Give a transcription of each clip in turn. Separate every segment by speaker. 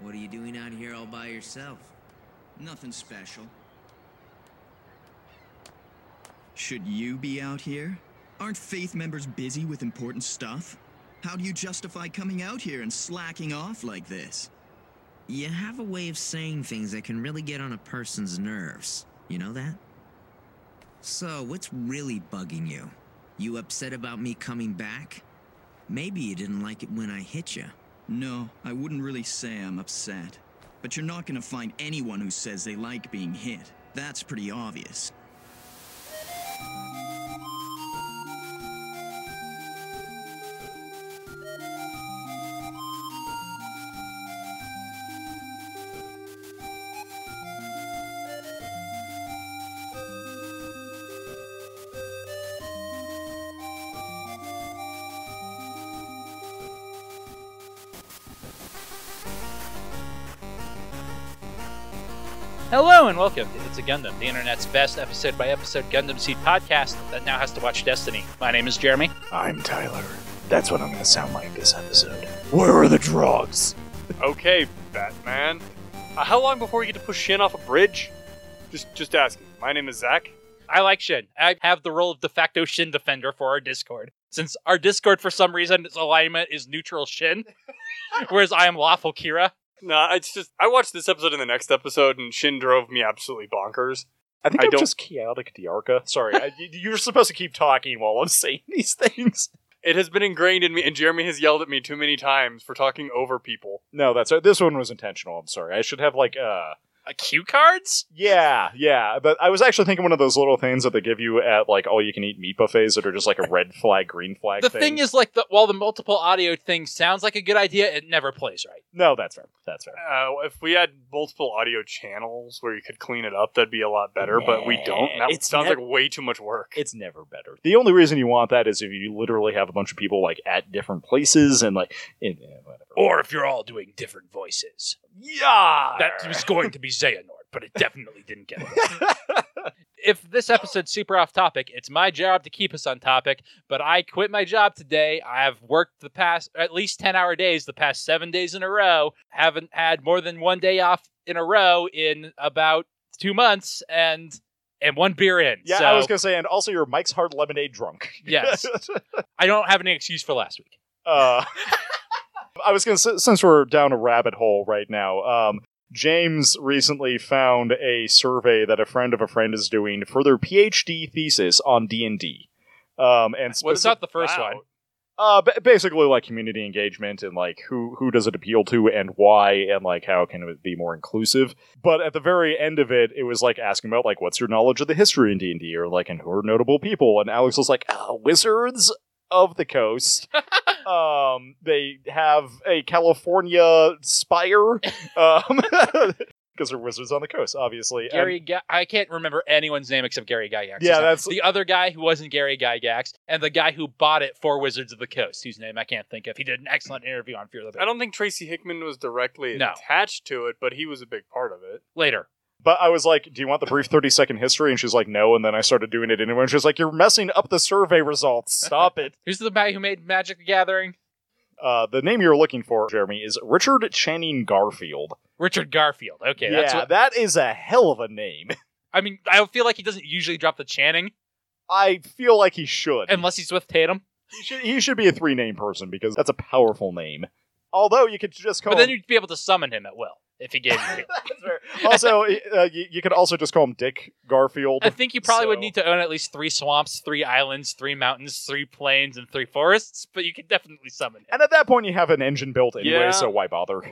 Speaker 1: What are you doing out here all by yourself?
Speaker 2: Nothing special. Should you be out here? Aren't faith members busy with important stuff? How do you justify coming out here and slacking off like this?
Speaker 1: You have a way of saying things that can really get on a person's nerves. You know that? So, what's really bugging you? You upset about me coming back? Maybe you didn't like it when I hit you.
Speaker 2: No, I wouldn't really say I'm upset. But you're not gonna find anyone who says they like being hit. That's pretty obvious.
Speaker 3: Hello and welcome to It's a Gundam, the internet's best episode by episode Gundam Seed podcast that now has to watch Destiny. My name is Jeremy.
Speaker 4: I'm Tyler. That's what I'm gonna sound like this episode. Where are the drugs?
Speaker 5: Okay, Batman. Uh, how long before we get to push Shin off a bridge? Just, just asking. My name is Zach.
Speaker 3: I like Shin. I have the role of de facto Shin defender for our Discord. Since our Discord, for some reason, its alignment is neutral Shin, whereas I am lawful Kira.
Speaker 5: Nah, it's just I watched this episode and the next episode, and Shin drove me absolutely bonkers.
Speaker 4: I think
Speaker 5: I
Speaker 4: I'm
Speaker 5: don't-
Speaker 4: just chaotic Diarca. Sorry, I, you- you're supposed to keep talking while I'm saying these things.
Speaker 5: It has been ingrained in me, and Jeremy has yelled at me too many times for talking over people.
Speaker 4: No, that's this one was intentional. I'm sorry. I should have like uh
Speaker 3: Uh, cue cards?
Speaker 4: yeah, yeah. But I was actually thinking one of those little things that they give you at like all you can eat meat buffets that are just like a red flag, green flag.
Speaker 3: The thing is, like, the, while the multiple audio thing sounds like a good idea, it never plays right.
Speaker 4: no, that's fair. That's fair.
Speaker 5: Uh, if we had multiple audio channels where you could clean it up, that'd be a lot better. But we don't.
Speaker 4: Nah,
Speaker 5: That
Speaker 4: it's
Speaker 5: sounds
Speaker 4: nev-
Speaker 5: like way too much work.
Speaker 4: it's never better. The only reason you want that is if you literally have a bunch of people like at different places and like in, eh, whatever.
Speaker 3: Or if you're all doing different voices.
Speaker 4: yeah,
Speaker 3: That was going to be Xehanort, but it definitely didn't get it. if this episode's super off topic, it's my job to keep us on topic, but I quit my job today. I've worked the past at least 10 hour days, the past seven days in a row, haven't had more than one day off in a row in about two months, and and one beer in.
Speaker 4: yeah.
Speaker 3: so,
Speaker 4: I was gonna say, and also your Mike's Hard Lemonade drunk.
Speaker 3: Yes. I don't have any excuse for last week.
Speaker 4: uh, I was gonna s- since we're down a rabbit hole right now. Um, James recently found a survey that a friend of a friend is doing for their PhD thesis on D and D. Um, and
Speaker 3: Well, it's
Speaker 4: specific-
Speaker 3: not the first
Speaker 5: Wow.
Speaker 3: one.
Speaker 4: Uh, ba- basically, like community engagement and like who who does it appeal to and why and like how can it be more inclusive. But at the very end of it, it was like asking about like what's your knowledge of the history in D and D or like and who are notable people. And Alex was like uh, wizards of the coast. um, they have a California spire because they're wizards on the coast, obviously. And-
Speaker 3: Gary, Ga- I can't remember anyone's name except Gary Gygax.
Speaker 4: Yeah,
Speaker 3: It's
Speaker 4: that's-
Speaker 3: the other guy who wasn't Gary Gygax, and the guy who bought it for Wizards of the Coast, whose name I can't think of. He did an excellent interview on Fear the
Speaker 5: I
Speaker 3: Bit
Speaker 5: don't think Tracy Hickman was directly
Speaker 3: No.
Speaker 5: attached to it, but he was a big part of it.
Speaker 3: later.
Speaker 4: But I was like, "Do you want the brief thirty second history?" And she's like, "No." And then I started doing it anyway. And she's like, "You're messing up the survey results. Stop it."
Speaker 3: Who's the guy who made Magic the Gathering?
Speaker 4: Uh, the name you're looking for, Jeremy, is Richard Channing Garfield.
Speaker 3: Richard Garfield. Okay,
Speaker 4: yeah,
Speaker 3: that's what,
Speaker 4: that is a hell of a name.
Speaker 3: I mean, I feel like he doesn't usually drop the Channing
Speaker 4: I feel like he should.
Speaker 3: unless he's with Tatum.
Speaker 4: he, should he should be a three name person because that's a powerful name. Although you could just call
Speaker 3: But then
Speaker 4: him.
Speaker 3: you'd be able to summon him at will if he gave you.
Speaker 4: That's fair. also, uh, you, you could also just call him Dick Garfield.
Speaker 3: I think you probably would
Speaker 4: So-
Speaker 3: need to own at least three swamps, three islands, three mountains, three plains, and three forests, but you could definitely summon him.
Speaker 4: And at that point, you have an engine built anyway,
Speaker 5: Yeah.
Speaker 4: so why bother?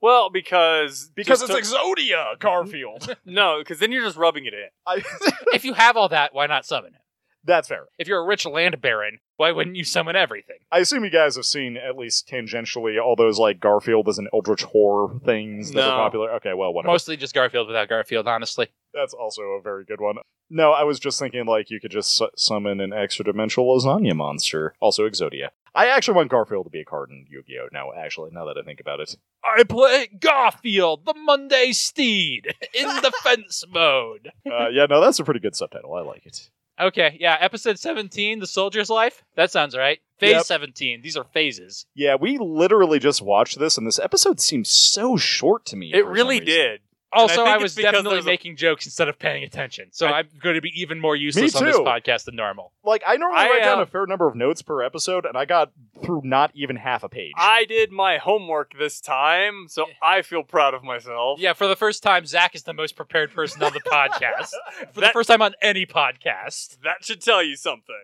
Speaker 5: Well, because
Speaker 4: Because
Speaker 5: just
Speaker 4: it's Exodia Garfield.
Speaker 5: to- no, because then you're just rubbing it in.
Speaker 4: I-
Speaker 3: if you have all that, why not summon him?
Speaker 4: that's fair.
Speaker 3: If you're a rich land baron, why wouldn't you summon everything?
Speaker 4: I assume you guys have seen at least tangentially all those like Garfield as an eldritch horror things that
Speaker 5: No.
Speaker 4: are popular. Okay, well, whatever.
Speaker 3: Mostly just Garfield without Garfield, honestly.
Speaker 4: That's also a very good one. No, I was just thinking like you could just su- summon an extra dimensional lasagna monster, also Exodia. I actually want Garfield to be a card in Yu-Gi-Oh. Now, actually, now that I think about it,
Speaker 3: I play Garfield, the Monday Steed, in defense mode.
Speaker 4: uh, yeah, no, that's a pretty good subtitle. I like it.
Speaker 3: Okay, yeah. Episode 17, The Soldier's Life. That sounds right. Phase
Speaker 4: Yep.
Speaker 3: 17. These are phases.
Speaker 4: Yeah, we literally just watched this, and this episode seems so short to me.
Speaker 5: It
Speaker 4: for
Speaker 5: really
Speaker 4: some reason.
Speaker 5: did.
Speaker 3: Also,
Speaker 5: think
Speaker 3: I,
Speaker 5: it's
Speaker 3: was
Speaker 5: because
Speaker 3: definitely
Speaker 5: there's a-
Speaker 3: making jokes instead of paying attention. So I,
Speaker 5: I-
Speaker 3: am going to be even more useless on this
Speaker 4: too.
Speaker 3: podcast than normal.
Speaker 4: Like, I normally
Speaker 5: I,
Speaker 4: write down
Speaker 5: uh,
Speaker 4: a fair number of notes per episode, and I got through not even half a page.
Speaker 5: I did my homework this time, so I feel proud of myself.
Speaker 3: Yeah, for the first time, Zach is the most prepared person on the podcast. For the
Speaker 5: That-
Speaker 3: first time on any podcast.
Speaker 5: That should tell you something.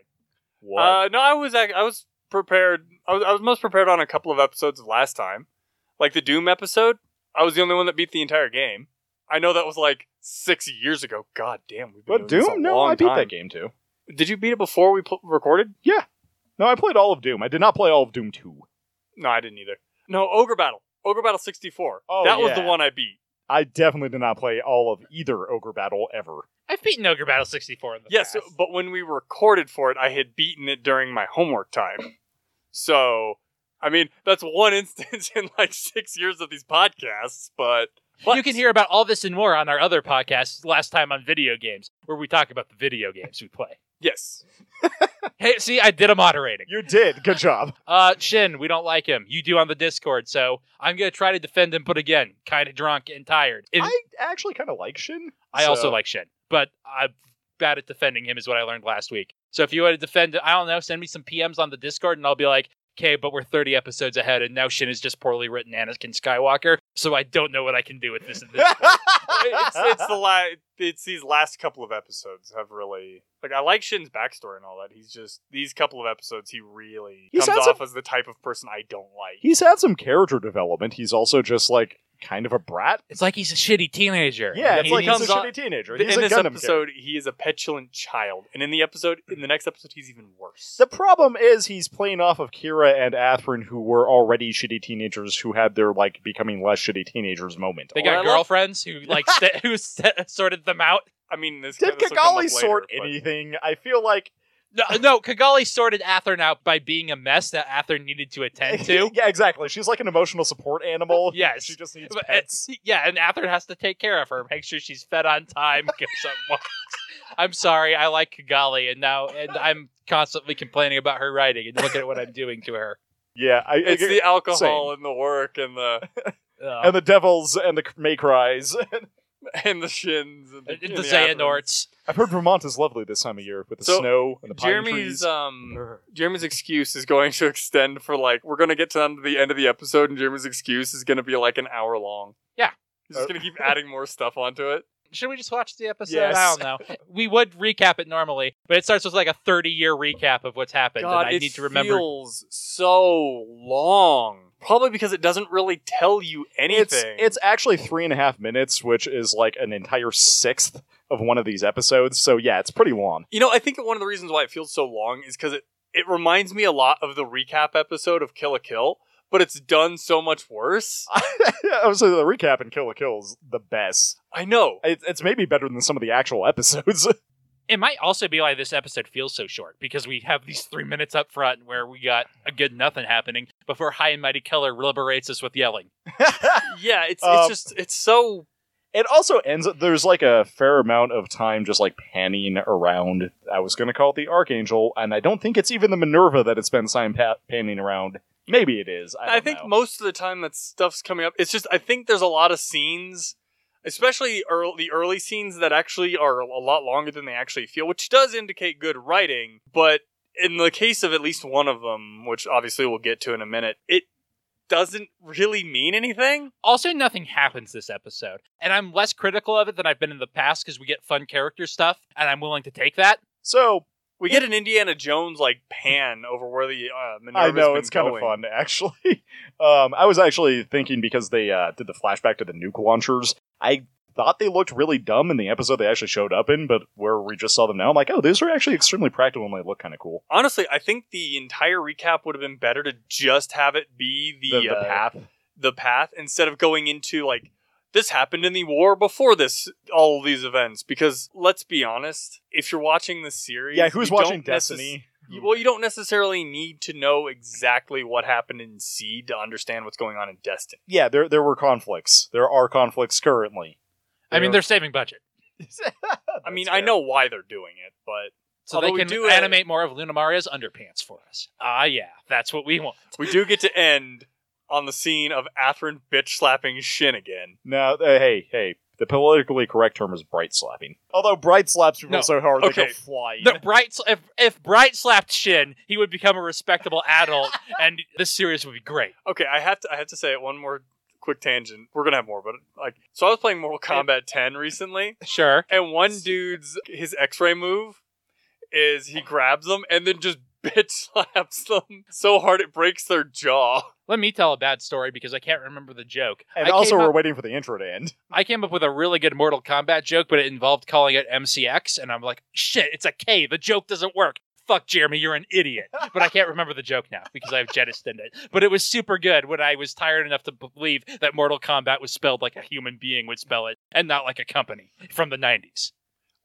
Speaker 4: what?
Speaker 5: Uh, no, I was ac- I was prepared. I was, I was most prepared on a couple of episodes of last time, like the Doom episode. I was the only one that beat the entire game. I know that was like six years ago. God damn, we've been
Speaker 4: but
Speaker 5: doing
Speaker 4: Doom?
Speaker 5: This a
Speaker 4: No,
Speaker 5: long
Speaker 4: I beat
Speaker 5: time.
Speaker 4: that game too.
Speaker 5: Did you beat it before we pl- recorded?
Speaker 4: No, I played all of Doom. I did not play all of Doom 2.
Speaker 5: No, I didn't either. No, Ogre Battle, Ogre Battle sixty four.
Speaker 4: Oh,
Speaker 5: that was the
Speaker 4: yeah.
Speaker 5: one I beat.
Speaker 4: I definitely did not play all of either Ogre Battle ever.
Speaker 3: I've beaten Ogre Battle 64 in the
Speaker 5: Yes,
Speaker 3: past.
Speaker 5: but when we recorded for it, I had beaten it during my homework time. So, I mean, that's one instance in like six years of these podcasts, but.
Speaker 3: You can hear about all this and more on our other podcast, Last Time on Video Games, where we talk about the video games we play.
Speaker 5: Yes.
Speaker 3: Hey, see, I did a moderating.
Speaker 4: You did. Good job.
Speaker 3: Uh, Shin, we don't like him. You do on the Discord, so I'm gonna try to defend him. But again, kind of drunk and tired. And
Speaker 4: I actually kind of like Shin.
Speaker 3: I also
Speaker 4: so-
Speaker 3: like Shin, but I'm bad at defending him, is what I learned last week. So if you want to defend, I don't know, send me some PMs on the Discord, and I'll be like, okay, but we're 30 episodes ahead, and now Shin is just poorly written Anakin Skywalker, so I don't know what I can do with this. At this point.
Speaker 5: it's, it's the la- it's these last couple of episodes have really like I like Shin's backstory and all that. He's just these couple of episodes he really
Speaker 4: He
Speaker 5: comes
Speaker 4: sounds
Speaker 5: off as the type of person I don't like.
Speaker 4: He's had some character development. He's also just like kind of a brat.
Speaker 3: it's like he's a shitty teenager.
Speaker 4: Yeah, it's
Speaker 3: He-
Speaker 4: like he's
Speaker 5: comes
Speaker 4: a
Speaker 5: on-
Speaker 4: shitty teenager.
Speaker 5: in
Speaker 4: He's a
Speaker 5: this
Speaker 4: Gundam character.
Speaker 5: episode, he is a petulant child, and in the episode, in the next episode, he's even worse.
Speaker 4: The problem is he's playing off of Kira and Atherin, who were already shitty teenagers, who had their like becoming less shitty teenagers moment.
Speaker 3: They
Speaker 5: Well, I
Speaker 3: got
Speaker 5: love-
Speaker 3: girlfriends who like st- who st- sorted them out.
Speaker 5: I mean, this
Speaker 4: Did
Speaker 5: this will come up
Speaker 4: Kigali sort
Speaker 5: later, but-
Speaker 4: anything? I feel like
Speaker 3: No, no, Kigali sorted Athern out by being a mess that Athern needed to attend to.
Speaker 4: yeah, exactly. She's like an emotional support animal.
Speaker 3: Yes.
Speaker 4: she just needs
Speaker 3: But
Speaker 5: eh,
Speaker 4: pets.
Speaker 3: it's- yeah, and Athern has to take care of her, make sure she's fed on time, gives up walks. I'm sorry, I like Kigali, and now and I'm constantly complaining about her writing and look at what I'm doing to her.
Speaker 4: Yeah, I,
Speaker 5: It's
Speaker 4: I-
Speaker 5: the uh, alcohol and the work and the
Speaker 3: Ugh.
Speaker 4: and the devils and the May cries.
Speaker 5: and the shins and the,
Speaker 3: And
Speaker 5: and
Speaker 3: the
Speaker 5: Atherins.
Speaker 3: Xehanorts.
Speaker 4: I've heard Vermont is lovely this time of year with the
Speaker 5: So,
Speaker 4: snow and the pine
Speaker 5: Jeremy's
Speaker 4: trees.
Speaker 3: uh,
Speaker 5: um Jeremy's excuse is going to extend for like we're gonna get to the end of the episode, and Jeremy's excuse is gonna be like an hour long.
Speaker 3: Yeah.
Speaker 5: he's just gonna keep adding more stuff onto it.
Speaker 3: Should we just watch the episode?
Speaker 4: Yes.
Speaker 3: I don't know. We would recap it normally, but it starts with like a 30 year recap of what's happened,
Speaker 5: God,
Speaker 3: and I
Speaker 5: it
Speaker 3: need to remember.
Speaker 5: feels so long. Probably because it doesn't really tell you anything.
Speaker 4: It's it's actually three and a half minutes, which is like an entire sixth of one of these episodes. So yeah, it's pretty long.
Speaker 5: you know I think one of the reasons why it feels so long is because it it reminds me a lot of the recap episode of Kill a Kill, but it's done so much worse.
Speaker 4: Obviously, the recap and Kill a Kill is the best.
Speaker 5: I know.
Speaker 4: It, it's maybe better than some of the actual episodes.
Speaker 3: It might also be why this episode feels so short because we have these three minutes up front where we got a good nothing happening before High and Mighty Keller liberates us with yelling.
Speaker 5: Yeah, it's
Speaker 4: Um,
Speaker 5: it's just it's so
Speaker 4: it also ends. There's like a fair amount of time just like panning around. I was going to call it the Archangel, and I don't think it's even the Minerva that it spends time pa- panning around. Maybe it is. I,
Speaker 5: I,
Speaker 4: don't
Speaker 5: think
Speaker 4: know.
Speaker 5: most of the time that stuff's coming up. It's just I think there's a lot of scenes, especially early, the early scenes that actually are a lot longer than they actually feel, which does indicate good writing. But in the case of at least one of them, which obviously we'll get to in a minute, it doesn't really mean anything.
Speaker 3: Also, nothing happens this episode, and I'm less critical of it than I've been in the past because we get fun character stuff, and I'm willing to take that.
Speaker 4: so
Speaker 5: We get an Indiana Jones like pan over where the uh,
Speaker 4: I
Speaker 5: Minerva's
Speaker 4: know
Speaker 5: been
Speaker 4: it's kind of
Speaker 5: going.
Speaker 4: fun actually. Um, I was actually thinking because they uh, did the flashback to the nuke launchers. I thought they looked really dumb in the episode they actually showed up in, but where we just saw them now, I'm like, oh, those are actually extremely practical and they look kind of cool.
Speaker 5: Honestly, I think the entire recap would have been better to just have it be the,
Speaker 4: The, the
Speaker 5: uh,
Speaker 4: path.
Speaker 5: the path instead of going into like this happened in the war before this all of these events because let's be honest if you're watching this series
Speaker 4: Yeah, who's
Speaker 5: you don't
Speaker 4: watching
Speaker 5: necess-
Speaker 4: Destiny?
Speaker 5: you- well you don't necessarily need to know exactly what happened in seed to understand what's going on in destiny
Speaker 4: yeah, there there were conflicts. There are conflicts currently.
Speaker 3: I mean, they're saving budget.
Speaker 5: i mean i know why they're doing it but
Speaker 3: so they
Speaker 5: Although we
Speaker 3: can
Speaker 5: do, uh,
Speaker 3: animate more of Luna Maria's underpants for us. Ah, yeah, that's what we want.
Speaker 5: We do get to end on the scene of Athrun bitch slapping Shin again.
Speaker 4: Now, uh, hey, hey, the politically correct term is bright slapping. Although bright slaps people
Speaker 3: No,
Speaker 4: so hard they
Speaker 5: okay.
Speaker 4: go flying.
Speaker 3: The bright, sl- if if Bright slapped Shin, he would become a respectable adult, and this series would be great.
Speaker 5: Okay, I have to I have to say it one more quick tangent. We're gonna have more, but like so I was playing Mortal Kombat ten recently,
Speaker 3: Sure.
Speaker 5: and one dude's his X ray move is he grabs them and then just bitch slaps them so hard it breaks their jaw.
Speaker 3: Let me tell a bad story because I can't remember the joke.
Speaker 4: and
Speaker 3: I
Speaker 4: also,
Speaker 3: came
Speaker 4: we're
Speaker 3: up-
Speaker 4: waiting for the intro to end.
Speaker 3: I came up with a really good Mortal Kombat joke, but it involved calling it MCX, and I'm like, shit, it's a K. The joke doesn't work. Fuck, Jeremy, you're an idiot. But I can't remember the joke now because I've jettisoned it. But it was super good when I was tired enough to believe that Mortal Kombat was spelled like a human being would spell it and not like a company from the 90s.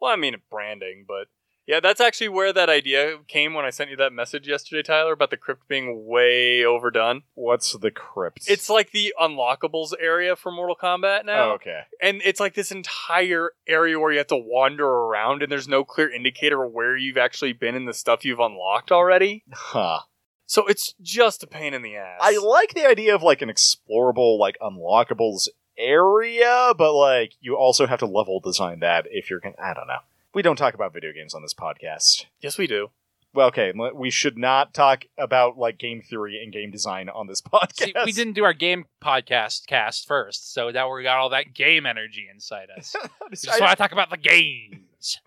Speaker 5: Well, I mean branding, but yeah, that's actually where that idea came when I sent you that message yesterday, Tyler, about the crypt being way overdone.
Speaker 4: What's the crypt?
Speaker 5: It's like the unlockables area for Mortal Kombat
Speaker 3: uh,
Speaker 5: now.
Speaker 4: oh, okay.
Speaker 5: and it's like this entire area where you have to wander around and there's no clear indicator of where you've actually been and the stuff you've unlocked already
Speaker 4: Huh.
Speaker 5: so it's just a pain in the ass
Speaker 4: I like the idea of like an explorable, like unlockables area, but like you also have to level design that if you're gonna. I don't know. We don't talk about video games on this podcast.
Speaker 5: yes we do
Speaker 4: Well, okay, le- we should not talk about like game theory and game design on this podcast.
Speaker 3: See, we didn't do our game podcast cast first, so now we got all that game energy inside us. We just want to talk about the games.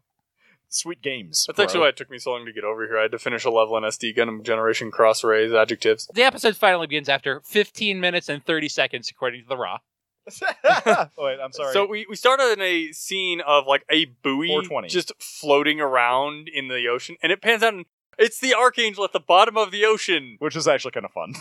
Speaker 4: Sweet games.
Speaker 5: that's
Speaker 4: bro.
Speaker 5: actually why it took me so long to get over here i had to finish a level in sd gundam generation cross rays adjectives
Speaker 3: The episode finally begins after 15 minutes and 30 seconds, according to the Raw.
Speaker 4: Wait, I'm sorry.
Speaker 5: so we, we started in a scene of like a buoy
Speaker 4: 420.
Speaker 5: just floating around in the ocean and it pans out and it's the archangel at the bottom of the ocean
Speaker 4: which is actually kind of fun.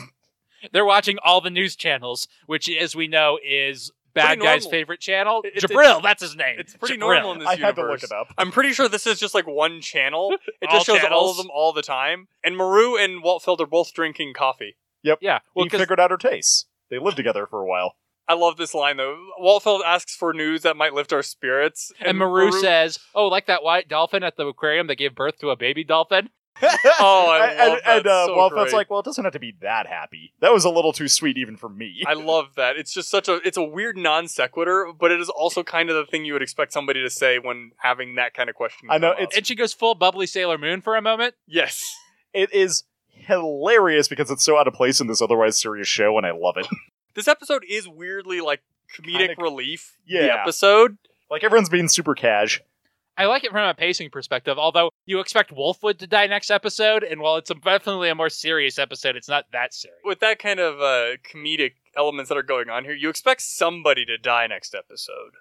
Speaker 3: They're watching all the news channels, which, as we know, is bad
Speaker 5: Pretty
Speaker 3: guy's
Speaker 5: normal.
Speaker 3: favorite channel.
Speaker 5: It- it-
Speaker 3: Jabril, that's his name.
Speaker 5: it's pretty
Speaker 3: Jabril.
Speaker 5: normal in this
Speaker 4: I
Speaker 5: universe
Speaker 4: had to look it up.
Speaker 5: I'm pretty sure this is just like one channel. It
Speaker 3: All
Speaker 5: just shows all
Speaker 3: channels.
Speaker 5: of them all the time. And Maru and Waltfeld are both drinking coffee.
Speaker 3: Yeah. Well,
Speaker 4: he
Speaker 3: 'cause
Speaker 4: figured out her tastes. They lived together for a while.
Speaker 5: I love this line though. Waltfeld asks for news that might lift our spirits,
Speaker 3: and Maru, says, "Oh, like that white dolphin at the aquarium that gave birth to a baby dolphin."
Speaker 5: Oh, I
Speaker 4: and,
Speaker 5: love
Speaker 4: and,
Speaker 5: that
Speaker 4: uh,
Speaker 5: so
Speaker 4: Walfett's
Speaker 5: great.
Speaker 4: like, well, it doesn't have to be that happy. That was a little too sweet even for me.
Speaker 5: "I love that. It's just such a it's a weird non sequitur, but it is also kind of the thing you would expect somebody to say when having that kind of question."
Speaker 4: I know,
Speaker 5: come up.
Speaker 4: it's-
Speaker 3: And she goes full bubbly Sailor Moon for a moment.
Speaker 5: yes.
Speaker 4: it is hilarious because it's so out of place in this otherwise serious show, and I love it.
Speaker 5: This episode is weirdly like comedic
Speaker 4: Kinda-
Speaker 5: relief. The
Speaker 4: Yeah.
Speaker 5: episode.
Speaker 4: like everyone's being super cash.
Speaker 3: I like it from a pacing perspective, although you expect Wolfwood to die next episode, and while it's a- definitely a more serious episode, it's not that serious.
Speaker 5: with that kind of uh, comedic elements that are going on here, you expect somebody to die next episode.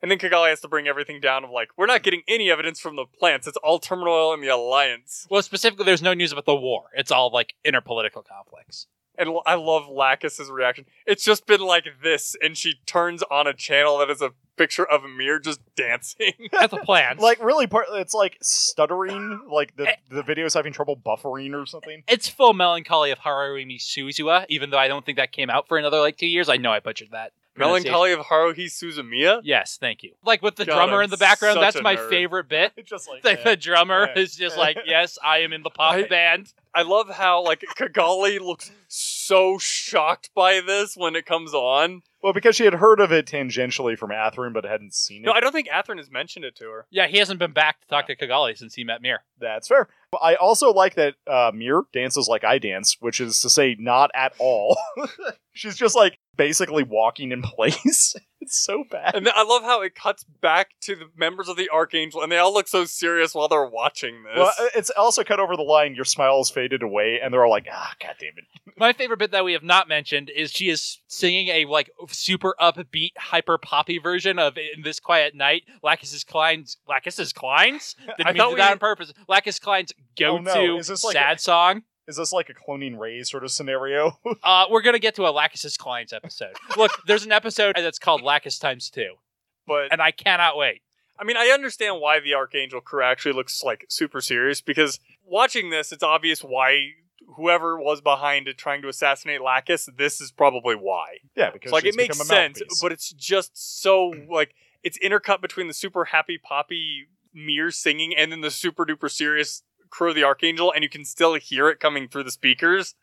Speaker 5: And then Kigali has to bring everything down of like, we're not getting any evidence from the plants. It's all turmoil in the alliance.
Speaker 3: Well, specifically, there's no news about the war. It's all like interpolitical conflicts.
Speaker 5: And l- I love Lacus's reaction. It's just been like this, and she turns on a channel that is a picture of Amir just dancing.
Speaker 3: That's a plan.
Speaker 4: Like really, part it's like stuttering. Like
Speaker 5: Eh.
Speaker 4: the the video is having trouble buffering or something.
Speaker 3: it's full melancholy of Haruimi Suzuwa, even though I don't think that came out for another like two years. I know I butchered that. pronunciation.
Speaker 5: Melancholy of Haruhi Suzumiya.
Speaker 3: Yes, thank you. Like with the
Speaker 5: God,
Speaker 3: drummer
Speaker 5: I'm
Speaker 3: in the background,
Speaker 5: such
Speaker 3: that's
Speaker 5: a
Speaker 3: my
Speaker 5: nerd.
Speaker 3: favorite bit.
Speaker 4: It's just like eh.
Speaker 3: The, the drummer
Speaker 4: Yeah.
Speaker 3: is just like, yes, I am in the pop
Speaker 5: I-
Speaker 3: band.
Speaker 5: I love how like Kigali looks so shocked by this when it comes on.
Speaker 4: well, because she had heard of it tangentially from Athrun, but hadn't seen it.
Speaker 5: No, I don't think Athrun has mentioned it to her.
Speaker 3: Yeah, he hasn't been back to talk to Kigali since he met Mir.
Speaker 4: That's fair. But I also like that uh, Mir dances like I dance, which is to say, not at all. She's just like basically walking in place. it's so bad.
Speaker 5: And then I love how it cuts back to the members of the Archangel, and they all look so serious while they're watching this.
Speaker 4: Well, uh, it's also cut over the line. Your smile's faded away, and they're all like, "Ah, god damn it!"
Speaker 3: My favorite bit that we have not mentioned is she is singing a like super upbeat, hyper poppy version of "In This Quiet Night." Lacus's Klein's Lacus's Klein's. Didn't
Speaker 5: I
Speaker 3: mean
Speaker 5: thought
Speaker 3: to
Speaker 5: we
Speaker 3: that
Speaker 5: were-
Speaker 3: on purpose. Lacus Klein's go-to
Speaker 4: no. Is this like
Speaker 3: sad
Speaker 4: a-
Speaker 3: song.
Speaker 4: Is this like a cloning Ray sort of scenario?
Speaker 3: Uh, we're gonna get to a Lacus's clients episode. Look, there's an episode that's called Lacus times two,
Speaker 5: but
Speaker 3: and I cannot wait.
Speaker 5: I mean, I understand why the Archangel crew actually looks like super serious because watching this, it's obvious why whoever was behind it trying to assassinate Lacus, this is probably why.
Speaker 4: yeah, because
Speaker 5: like
Speaker 4: she's
Speaker 5: it makes
Speaker 4: become a
Speaker 5: sense,
Speaker 4: mouthpiece.
Speaker 5: but it's just so like it's intercut between the super happy poppy mere singing and then the super duper serious crew of the archangel and you can still hear it coming through the speakers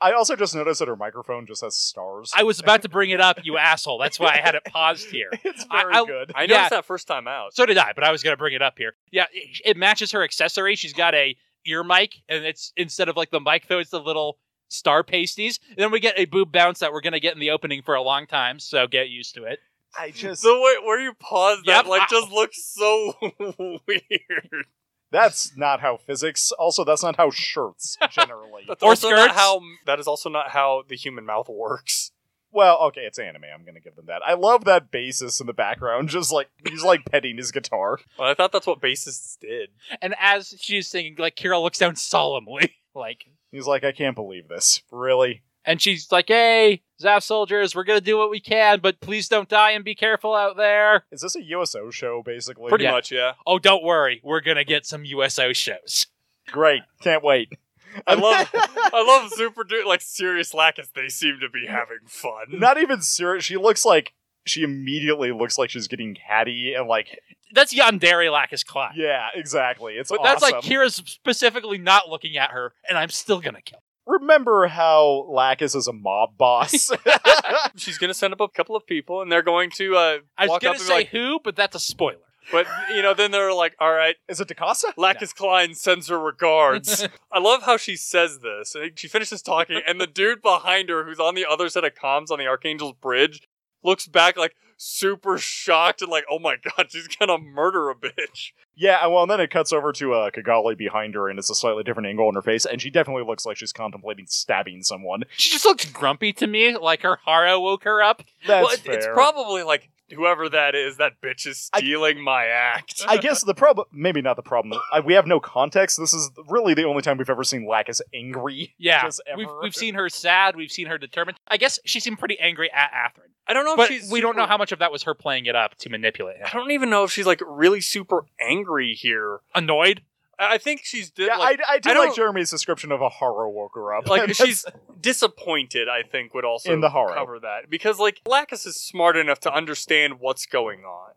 Speaker 4: I also just noticed that her microphone just has stars.
Speaker 3: I was about to bring it up, you asshole. That's why I had it paused here.
Speaker 4: it's
Speaker 3: I-
Speaker 4: very
Speaker 3: I-
Speaker 4: good.
Speaker 5: i
Speaker 3: Yeah.
Speaker 5: noticed that first time out
Speaker 3: So did I, but I was gonna bring it up here. Yeah, it, it matches her accessory. She's got a ear mic, and it's instead of like the mic though, it's the little star pasties. And then we get a boob bounce that we're gonna get in the opening for a long time. So get used to it.
Speaker 4: I just
Speaker 5: the way where you pause that
Speaker 3: Yep,
Speaker 5: like
Speaker 3: I-
Speaker 5: just looks so weird
Speaker 4: that's not how physics. Also, that's not how shirts generally.
Speaker 5: that's
Speaker 3: Or
Speaker 5: also not
Speaker 3: skirts.
Speaker 5: how that is also not how the human mouth works
Speaker 4: well, okay, it's anime. I'm gonna give them that. I love that bassist in the background, just like he's like petting his guitar.
Speaker 5: well, i thought that's what bassists did
Speaker 3: And as she's singing, like Kira looks down solemnly, like,
Speaker 4: He's like, I can't believe this. Really?
Speaker 3: and she's like, "Hey, Zaf soldiers, we're gonna do what we can, but please don't die and be careful out there."
Speaker 4: Is this a USO show? Basically,
Speaker 5: pretty
Speaker 3: Yeah.
Speaker 5: much yeah
Speaker 3: Oh, don't worry, we're gonna get some USO shows.
Speaker 4: great. Can't wait.
Speaker 5: i love i love super duper like serious lackets they seem to be having fun
Speaker 4: Not even serious. She looks like she immediately looks like she's getting catty and like,
Speaker 3: That's Yandere Lacus Klein.
Speaker 4: yeah, exactly. It's
Speaker 3: But that's
Speaker 4: awesome.
Speaker 3: like Kira's specifically not looking at her, and I'm still gonna kill. her.
Speaker 4: Remember how Lacus is a mob boss?
Speaker 5: she's gonna send up a couple of people and they're going to uh
Speaker 3: I was
Speaker 5: walk up
Speaker 3: gonna
Speaker 5: and be
Speaker 3: say
Speaker 5: like
Speaker 3: who, but that's a spoiler.
Speaker 5: but you know then they're like all right
Speaker 4: is it Dakasa?
Speaker 5: Lacus Klein sends her regards. I love how she says this. I think She finishes talking, and the dude behind her, who's on the other side of comms on the Archangel's Bridge, looks back like super shocked and like, oh my god, she's gonna murder a bitch.
Speaker 4: Yeah, well, and then it cuts over to uh, Kigali behind her, and it's a slightly different angle on her face, and she definitely looks like she's contemplating stabbing someone.
Speaker 3: She just looks grumpy to me, like her Hara woke her up.
Speaker 4: That's
Speaker 5: well, it-
Speaker 4: fair.
Speaker 5: it's probably like whoever that is, that bitch is
Speaker 4: I-
Speaker 5: stealing my act.
Speaker 4: I guess the problem, maybe not the problem. I, we have no context. This is really the only time we've ever seen Lacus angry.
Speaker 3: Yeah,
Speaker 4: Just
Speaker 3: we've
Speaker 4: ever.
Speaker 3: we've seen her sad, we've seen her determined. I guess she seemed pretty angry at Athrun,
Speaker 5: I don't know
Speaker 3: but
Speaker 5: if Oh, she's
Speaker 3: we don't know
Speaker 5: super-
Speaker 3: how much of that was her playing it up to manipulate him.
Speaker 5: I don't even know if she's like really super angry here.
Speaker 3: Annoyed.
Speaker 5: I I think she's di-
Speaker 4: Yeah,
Speaker 5: like,
Speaker 4: I, I do
Speaker 5: I don't-
Speaker 4: like Jeremy's description of a horror woke her up.
Speaker 5: like
Speaker 4: That's-
Speaker 5: she's disappointed i think would also
Speaker 4: In the horror.
Speaker 5: cover that because like lacus is smart enough to understand what's going on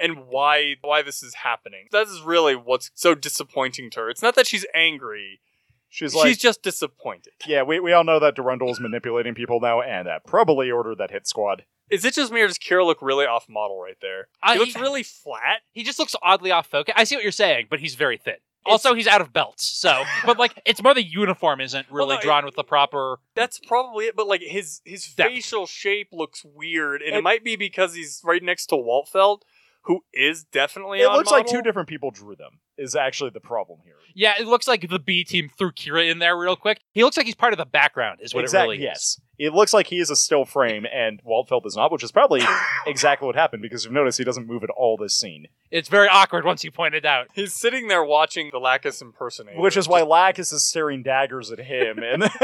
Speaker 5: and why why this is happening that is really what's so disappointing to her it's not that she's angry
Speaker 4: she's like,
Speaker 5: she's just disappointed
Speaker 4: yeah, we, we all know that Durandal is manipulating people now, and that probably ordered that hit squad.
Speaker 5: is it just me or does kira look really off model right there
Speaker 3: I-
Speaker 5: he looks really flat
Speaker 3: He just looks oddly off focus. I see what you're saying, but he's very thin. Also, he's out of belts, so but like it's more the uniform isn't
Speaker 5: Well,
Speaker 3: really
Speaker 5: no,
Speaker 3: drawn with the proper.
Speaker 5: that's probably it but like his his
Speaker 3: Depth.
Speaker 5: facial shape looks weird and it,
Speaker 4: It-
Speaker 5: might be because he's right next to waltfeld who is definitely
Speaker 4: It
Speaker 5: on
Speaker 4: looks like
Speaker 5: model.
Speaker 4: two different people drew them, is actually the problem here.
Speaker 3: Yeah, it looks like the B team threw Kira in there real quick. He looks like he's part of the background, is what
Speaker 4: Exact-
Speaker 3: it really is.
Speaker 4: yes. It looks like he is a still frame and Waltfeld is not, which is probably exactly what happened because you've noticed he doesn't move at all this scene.
Speaker 3: It's very awkward once you point it out.
Speaker 5: He's sitting there watching the Lacus impersonator.
Speaker 4: Which is why Lacus is staring daggers at him and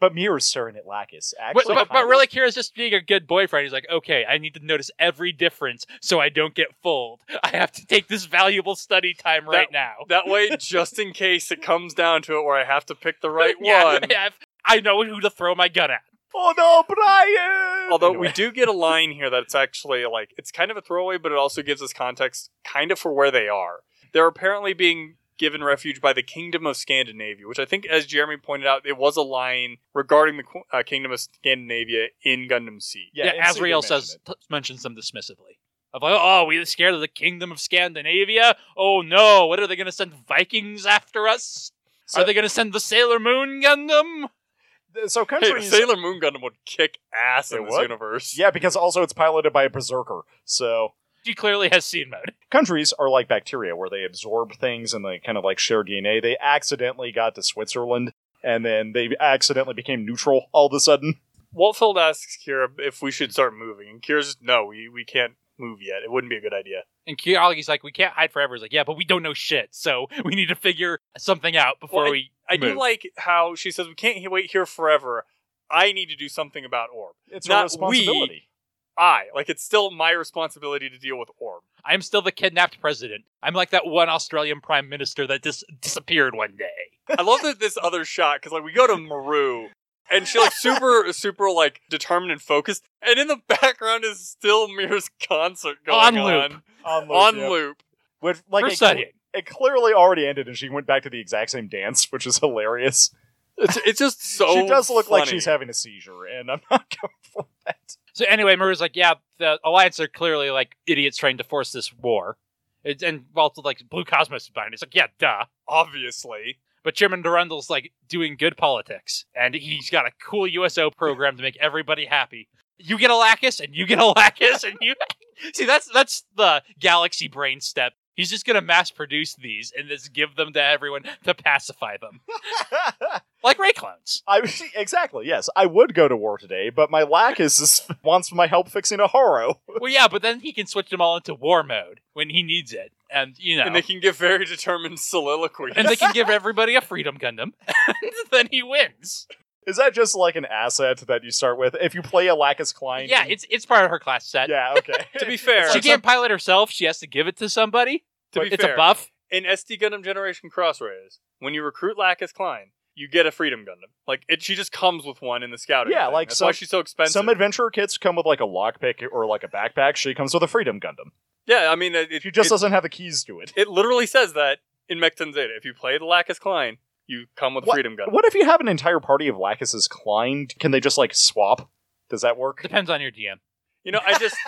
Speaker 4: But Mir is staring at Lacus,
Speaker 3: But,
Speaker 4: actually.
Speaker 3: but, but really, Kira's just being a good boyfriend. He's like, okay, I need to notice every difference so I don't get fooled. I have to take this valuable study time right now.
Speaker 5: That way, just in case it comes down to it where I have to pick the right
Speaker 3: yeah,
Speaker 5: one.
Speaker 3: yeah, I've- I know who to throw my gun at.
Speaker 4: Oh no, Brian
Speaker 5: Although we
Speaker 4: Anyway,
Speaker 5: do get a line here that's actually like, it's kind of a throwaway, but it also gives us context kind of for where they are. They're apparently being given refuge by the Kingdom of Scandinavia, which I think, as Jeremy pointed out, it was a line regarding the qu- uh, Kingdom of Scandinavia in Gundam Seed.
Speaker 3: Yeah,
Speaker 4: and Sigurd
Speaker 3: Azrael
Speaker 4: mentioned
Speaker 3: says
Speaker 4: it.
Speaker 3: t- mentions them dismissively. Of like, oh, we scared of the kingdom of Scandinavia. Oh no, what are they going to send Vikings after us?
Speaker 4: So-
Speaker 3: are they going to send the Sailor Moon Gundam?
Speaker 4: So
Speaker 5: Hey,
Speaker 4: countries
Speaker 5: Sailor Moon Gundam would kick ass in
Speaker 4: It
Speaker 5: this
Speaker 4: would?
Speaker 5: universe.
Speaker 4: Yeah, because also it's piloted by a berserker. So
Speaker 3: She clearly has seen mode.
Speaker 4: countries are like bacteria where they absorb things and they kind of like share DNA. They accidentally got to Switzerland and then they accidentally became neutral all of a sudden.
Speaker 5: Waltfeld asks Kira if we should start moving, and Kira's just, no, we, we can't move yet. It wouldn't be a good idea.
Speaker 3: And Kyogi's like, we can't hide forever. He's like, yeah, but we don't know shit, so we need to figure something out before
Speaker 5: Well,
Speaker 3: we.
Speaker 5: I
Speaker 3: move.
Speaker 5: do like how she says we can't he- wait here forever. I need to do something about Orb.
Speaker 4: It's
Speaker 5: Not
Speaker 4: our responsibility.
Speaker 5: I like it's still my responsibility to deal with Orb.
Speaker 3: I'm still the kidnapped president. I'm like that one Australian prime minister that dis- disappeared one day.
Speaker 5: I love that this other shot because like we go to Maru and she like super super like determined and focused, and in the background is still Mir's concert
Speaker 3: On
Speaker 5: going on
Speaker 3: loop.
Speaker 5: on,
Speaker 4: On loop. yeah.
Speaker 5: loop.
Speaker 4: Which, like,
Speaker 3: We're
Speaker 4: it,
Speaker 3: studying.
Speaker 4: it clearly already ended, and she went back to the exact same dance, which is hilarious.
Speaker 5: It's, it's just so.
Speaker 4: she does look like
Speaker 5: funny.
Speaker 4: she's having a seizure, and I'm not going for that.
Speaker 3: So anyway, Maru's like, yeah, the Alliance are clearly like idiots trying to force this war. It's, and Walt's like, Blue Cosmos is behind. it. It's like, yeah, duh.
Speaker 5: obviously.
Speaker 3: But Chairman Durandal's like doing good politics, and he's got a cool USO program to make everybody happy. You get Alakis, and you get Alakis, and you see that's that's the galaxy brain step. He's just gonna mass produce these and just give them to everyone to pacify them, like Ray clones.
Speaker 4: I exactly yes, I would go to war today, but my lack is, is wants my help fixing a horror.
Speaker 3: Well, yeah, but then he can switch them all into war mode when he needs it, and you know,
Speaker 5: And they can give very determined soliloquies.
Speaker 3: and they can give everybody a freedom Gundam, and then he wins.
Speaker 4: Is that just like an asset that you start with if you play Alakis Klein?
Speaker 3: Yeah, it's it's part of her class set.
Speaker 4: yeah, okay.
Speaker 5: to be fair,
Speaker 3: She can't pilot herself; she has to give it to somebody.
Speaker 5: to be
Speaker 3: it's
Speaker 5: fair,
Speaker 3: a buff.
Speaker 5: in SD Gundam Generation Cross Rays, when you recruit Lacus Klein, you get a Freedom Gundam. Like it, she just comes with one in the scouting.
Speaker 4: Yeah,
Speaker 5: thing.
Speaker 4: like
Speaker 5: that's
Speaker 4: some-
Speaker 5: why she's so expensive.
Speaker 4: Some adventurer kits come with like a lockpick or like a backpack. She comes with a freedom Gundam.
Speaker 5: yeah, I mean, it, it
Speaker 4: She just
Speaker 5: it,
Speaker 4: doesn't have the keys to it.
Speaker 5: it literally says that in Mechton Zeta. If you play the Lacus Klein, you come with a Freedom Gundam.
Speaker 4: What if you have an entire party of Lacus's Klein? Can they just like swap? Does that work?
Speaker 3: Depends on your DM.
Speaker 5: You know, I just e,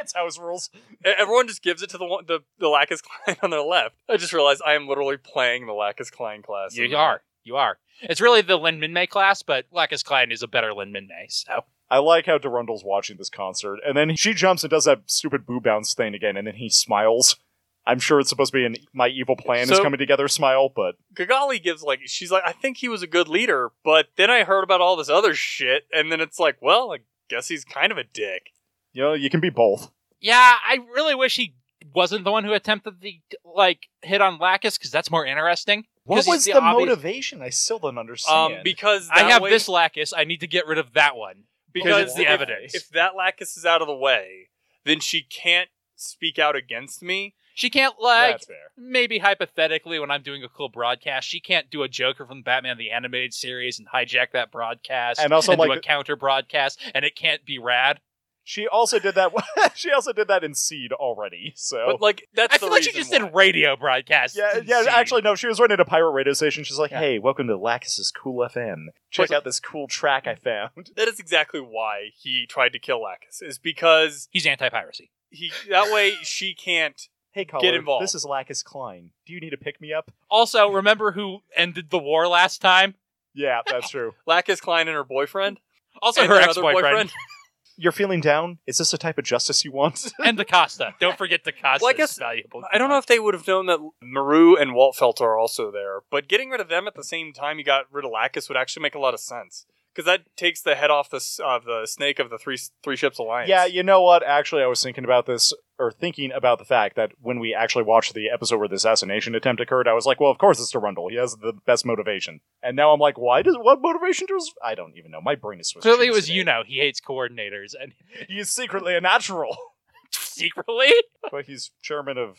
Speaker 4: It's house rules.
Speaker 5: everyone just gives it to the one, the the Lacus Klein on their left. I just realized I am literally playing the Lacus Klein class. uh,
Speaker 3: You are, you are. It's really the Lin Min May class, but Lacus Klein is a better Lin Min May. So
Speaker 4: I like how Durundel's watching this concert, and then she jumps and does that stupid boo bounce thing again, and then he smiles. I'm sure it's supposed to be an my evil plan is
Speaker 5: So-
Speaker 4: coming together smile, but
Speaker 5: Kigali gives like she's like I think he was a good leader, but then I heard about all this other shit, and then it's like, well, I guess he's kind of a dick.
Speaker 4: you know, you can be both.
Speaker 3: yeah, I really wish he wasn't the one who attempted the like hit on Lacus because that's more interesting. 'Cause
Speaker 4: What
Speaker 3: he's
Speaker 4: was the,
Speaker 3: obvious-
Speaker 4: motivation? I still don't understand.
Speaker 5: Um, because
Speaker 3: I
Speaker 5: that
Speaker 3: have
Speaker 5: way-
Speaker 3: this Lacus. I need to get rid of that one.
Speaker 5: because
Speaker 3: it's the
Speaker 5: if-
Speaker 3: evidence.
Speaker 5: If that Lacus is out of the way, then she can't speak out against me.
Speaker 3: She can't like
Speaker 4: That's fair.
Speaker 3: maybe hypothetically when I'm doing a cool broadcast, she can't do a Joker from Batman the Animated Series and hijack that broadcast
Speaker 4: And also, like,
Speaker 3: do a
Speaker 4: the-
Speaker 3: counter broadcast, and it can't be rad.
Speaker 4: She also did that. she also did that in Seed already. So
Speaker 5: But like that's
Speaker 3: I
Speaker 5: the
Speaker 3: feel like she
Speaker 5: reason
Speaker 3: just
Speaker 5: why.
Speaker 3: did radio broadcasts.
Speaker 4: yeah,
Speaker 3: It's
Speaker 4: yeah.
Speaker 3: insane.
Speaker 4: Actually, no. She was running a pirate radio station. She's like,
Speaker 3: Yeah.
Speaker 4: "Hey, welcome to Lacus's Cool FM. Check out this cool track I found."
Speaker 5: That is exactly why he tried to kill Lacus is because
Speaker 3: he's anti-piracy.
Speaker 5: he that way she can't.
Speaker 4: Hey, caller,
Speaker 5: involved.
Speaker 4: This is Lacus Klein. Do you need to pick me up?
Speaker 3: Also, remember who ended the war last time?
Speaker 4: Yeah, that's true.
Speaker 5: Lacus Klein and her boyfriend,
Speaker 3: Also,
Speaker 5: and
Speaker 3: her
Speaker 5: other
Speaker 3: ex-boyfriend
Speaker 4: You're feeling down. Is this the type of justice you want?
Speaker 3: and the Costa. Don't forget the Costa.
Speaker 5: Well, I guess-
Speaker 3: valuable.
Speaker 5: I don't know if they would have known that Maru and Walt Felter are also there, but getting rid of them at the same time you got rid of Lacus would actually make a lot of sense because that takes the head off the s- of the snake of the three three ships alliance.
Speaker 4: Yeah, you know what? Actually, I was thinking about this, or thinking about the fact that when we actually watched the episode where the assassination attempt occurred, I was like, well, of course it's Durundal. He has the best motivation. And now I'm like, why does what motivation does? I don't even know. My brain is switched.
Speaker 3: Clearly, it was Yuno. He hates coordinators, and
Speaker 4: He's secretly a natural,
Speaker 3: secretly,
Speaker 4: but he's chairman of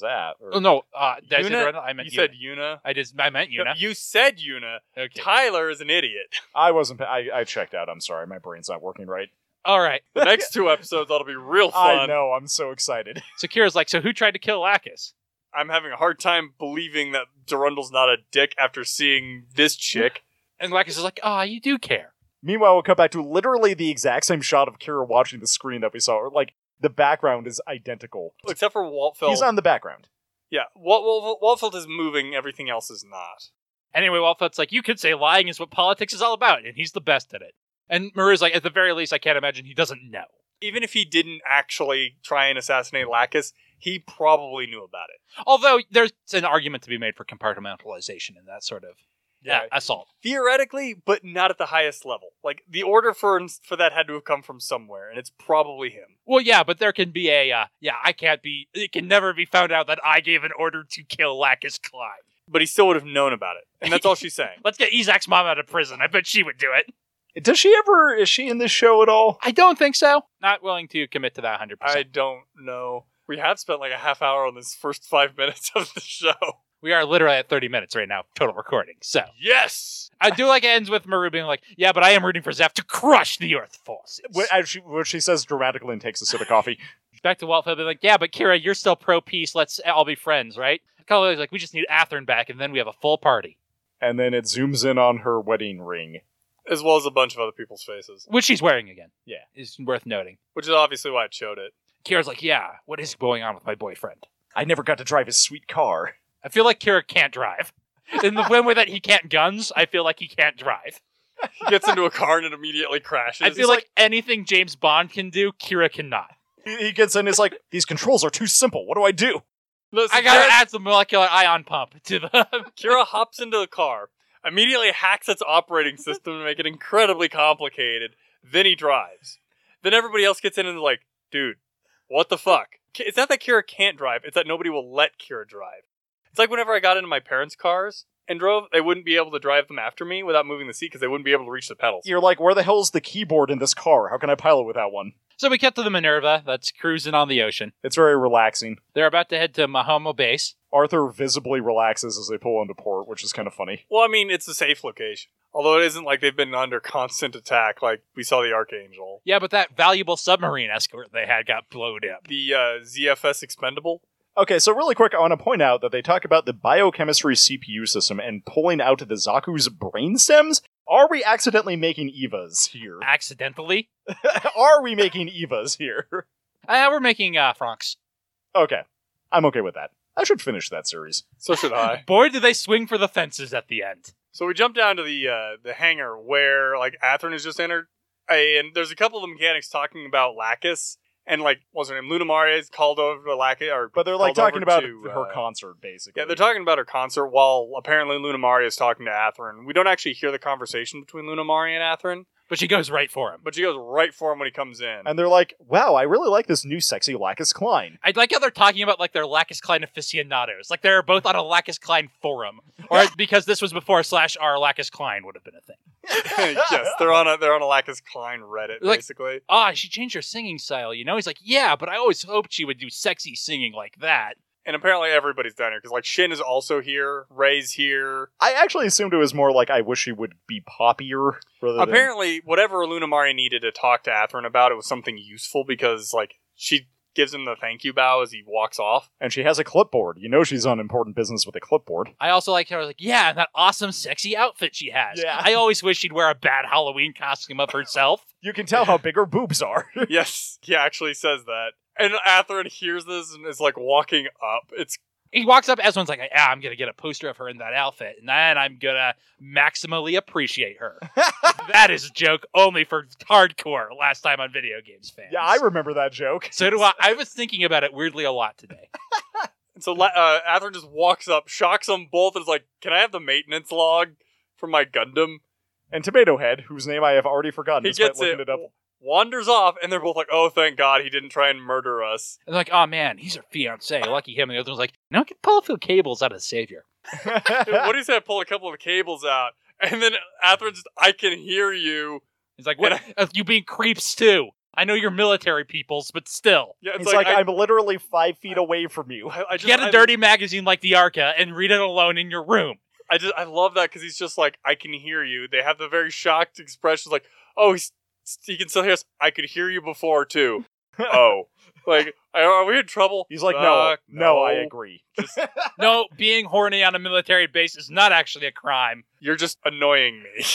Speaker 4: that. Or...
Speaker 3: oh, no, uh, did I say
Speaker 5: Yuna?
Speaker 3: Durandal? I meant
Speaker 5: you
Speaker 3: Yuna.
Speaker 5: said Yuna.
Speaker 3: I just I meant
Speaker 5: No,
Speaker 3: Yuna.
Speaker 5: You said Yuna.
Speaker 3: Okay.
Speaker 5: Tyler is an idiot.
Speaker 4: I wasn't. pa- I, I checked out. I'm sorry. My brain's not working right.
Speaker 3: All right.
Speaker 5: The next two episodes ought to be real fun.
Speaker 4: I know. I'm so excited.
Speaker 3: So Kira's like, so who tried to kill Lacus?
Speaker 5: I'm having a hard time believing that Durundel's not a dick after seeing this chick.
Speaker 3: And Lacus is like, ah, you do care.
Speaker 4: Meanwhile, we'll come back to literally the exact same shot of Kira watching the screen that we saw. Or, Like the background is identical.
Speaker 5: Except for Walt Felt.
Speaker 4: He's on the background.
Speaker 5: yeah, Walt, Walt, Walt Felt is moving, everything else is not.
Speaker 3: Anyway, Walfoot's like, you could say lying is what politics is all about, and he's the best at it. And Maru's like, at the very least, I can't imagine he doesn't know.
Speaker 5: Even if he didn't actually try and assassinate Lacus, he probably knew about it.
Speaker 3: Although there's an argument to be made for compartmentalization and that sort of yeah.
Speaker 4: Yeah.
Speaker 3: assault.
Speaker 5: Uh, Theoretically, but not at the highest level. Like, the order for, for that had to have come from somewhere, and it's probably him.
Speaker 3: Well, yeah, but there can be a uh, yeah. I can't be. It can never be found out that I gave an order to kill Lacus Klein.
Speaker 5: But he still would have known about it. And that's all she's saying.
Speaker 3: Let's get Isaac's mom out of prison. I bet she would do it.
Speaker 4: Does she ever? Is she in this show at all?
Speaker 3: I don't think so. Not willing to commit to that hundred
Speaker 5: I
Speaker 3: percent.
Speaker 5: don't know. We have spent like a half hour on this first five minutes of the show.
Speaker 3: We are literally at thirty minutes right now, total recording. So
Speaker 5: Yes!
Speaker 3: I do like it ends with Maru being like, "Yeah, but I am rooting for Zeph to crush the Earth forces."
Speaker 4: Wh- as she, when she says dramatically and takes a sip of coffee.
Speaker 3: back to Walt Phillips, and like, yeah, but Kira, you're still pro peace. Let's all be friends, right? Kala's like, we just need Atherin back, and then we have a full party,
Speaker 4: And then it zooms in on her wedding ring.
Speaker 5: as well as a bunch of other people's faces,
Speaker 3: which she's wearing again.
Speaker 4: Yeah.
Speaker 3: is worth noting.
Speaker 5: which is obviously why it showed it.
Speaker 3: Kira's like, yeah, what is going on with my boyfriend?
Speaker 4: I never got to drive his sweet car.
Speaker 3: I feel like Kira can't drive. In the same way that he can't guns, I feel like he can't drive.
Speaker 5: He gets into a car and it immediately crashes.
Speaker 3: I feel
Speaker 5: It's
Speaker 3: like, anything James Bond can do, Kira cannot.
Speaker 4: He he gets in, is like, these controls are too simple. What do I do?
Speaker 5: No, so
Speaker 3: I gotta
Speaker 5: Kira-
Speaker 3: add the molecular ion pump to the.
Speaker 5: Kira hops into the car, immediately hacks its operating system to make it incredibly complicated. Then he drives. Then everybody else gets in and is like, dude, what the fuck? K- It's not that Kira can't drive, it's that nobody will let Kira drive. It's like whenever I got into my parents' cars and drove, they wouldn't be able to drive them after me without moving the seat because they wouldn't be able to reach the pedals.
Speaker 4: You're like, where the hell's the keyboard in this car? How can I pilot without one?
Speaker 3: so we get to the Minerva that's cruising on the ocean.
Speaker 4: It's very relaxing.
Speaker 3: They're about to head to Mahomo Base.
Speaker 4: Arthur visibly relaxes as they pull into port, which is kind of funny.
Speaker 5: Well, I mean, it's a safe location. Although it isn't like they've been under constant attack like we saw the Archangel.
Speaker 3: Yeah, but that valuable submarine escort they had got blown up.
Speaker 5: The uh, ZFS expendable.
Speaker 4: Okay, so really quick, I want to point out that they talk about the biochemistry CPU system and pulling out the Zaku's brain stems. Are we accidentally making Evas here?
Speaker 3: Accidentally?
Speaker 4: Are we making Evas here?
Speaker 3: Uh, we're making uh, Franks.
Speaker 4: Okay, I'm okay with that. I should finish that series.
Speaker 5: So should I.
Speaker 3: Boy, do they swing for the fences at the end.
Speaker 5: So we jump down to the uh, the hangar where like Atherin has just entered, and there's a couple of the mechanics talking about Lacus and like what's her name, Lunamari is called over to Lacus, or
Speaker 4: But they're like
Speaker 5: Called
Speaker 4: talking
Speaker 5: over
Speaker 4: about
Speaker 5: to,
Speaker 4: her
Speaker 5: uh,
Speaker 4: concert, basically.
Speaker 5: yeah, they're talking about her concert while apparently Lunamari is talking to Atherin. We don't actually hear the conversation between Lunamari and Atherin,
Speaker 3: But she goes right for him.
Speaker 5: but she goes right for him when he comes in.
Speaker 4: and they're like, "Wow, I really like this new sexy Lacus Klein."
Speaker 3: I like how they're talking about like their Lacus Klein aficionados. Like they're both on a Lacus Klein forum, or because this was before slash our Lacus Klein would have been a thing.
Speaker 5: yes, they're on a they're on a Lacus Klein Reddit
Speaker 3: Like-
Speaker 5: basically.
Speaker 3: Ah, she changed her singing style. You know, he's like, yeah, but I always hoped she would do sexy singing like that.
Speaker 5: And apparently everybody's down here because like Shin is also here, Ray's here.
Speaker 4: I actually assumed it was more like, "I wish he would be poppier." Rather than-
Speaker 5: Apparently, whatever Lunamari needed to talk to Atherin about, it was something useful because, like, she gives him the thank you bow as he walks off.
Speaker 4: and she has a clipboard. You know, she's on important business with a clipboard.
Speaker 3: I also like how like, yeah, and that awesome sexy outfit she has.
Speaker 4: Yeah.
Speaker 3: I always wish she'd wear a bad Halloween costume of herself.
Speaker 4: You can tell how big her boobs are.
Speaker 5: yes, he actually says that. And Atherin hears this and is, like, walking up. It's
Speaker 3: he walks up, Esmond's like, yeah, I'm gonna get a poster of her in that outfit, and then I'm gonna maximally appreciate her. that is a joke only for hardcore last time on video games fans.
Speaker 4: yeah, I remember that joke.
Speaker 3: So do I. I was thinking about it weirdly a lot today.
Speaker 5: and so La- uh, Atherin just walks up, shocks them both, and is like, Can I have the maintenance log for my Gundam?
Speaker 4: And Tomato Head, whose name I have already forgotten,
Speaker 5: He
Speaker 4: despite
Speaker 5: gets
Speaker 4: looking
Speaker 5: it,
Speaker 4: it, up.
Speaker 5: wanders off, and they're both like, Oh, thank God he didn't try and murder us.
Speaker 3: And like, oh man, he's her fiance. Lucky him. And the other one's like, no, get Paul Phil Cables out of the savior.
Speaker 5: Dude, what do you say I pull a couple of cables out? And then Atherin's just, I can hear you.
Speaker 3: He's like, what? uh, you being creeps too. I know you're military peoples, but still.
Speaker 5: Yeah, it's
Speaker 4: He's like,
Speaker 5: I-
Speaker 4: I'm literally five feet away from you.
Speaker 5: I, I just,
Speaker 3: Get a
Speaker 5: I-
Speaker 3: dirty magazine like the Arca and read it alone in your room.
Speaker 5: I just I love that because he's just like I can hear you. They have the very shocked expressions like oh he's he can still hear us. I could hear you before too. oh, like are- are we in trouble?
Speaker 4: He's like, no,
Speaker 5: Fuck,
Speaker 4: no, I agree.
Speaker 3: no, being horny on a military base is not actually a crime.
Speaker 5: You're just annoying me.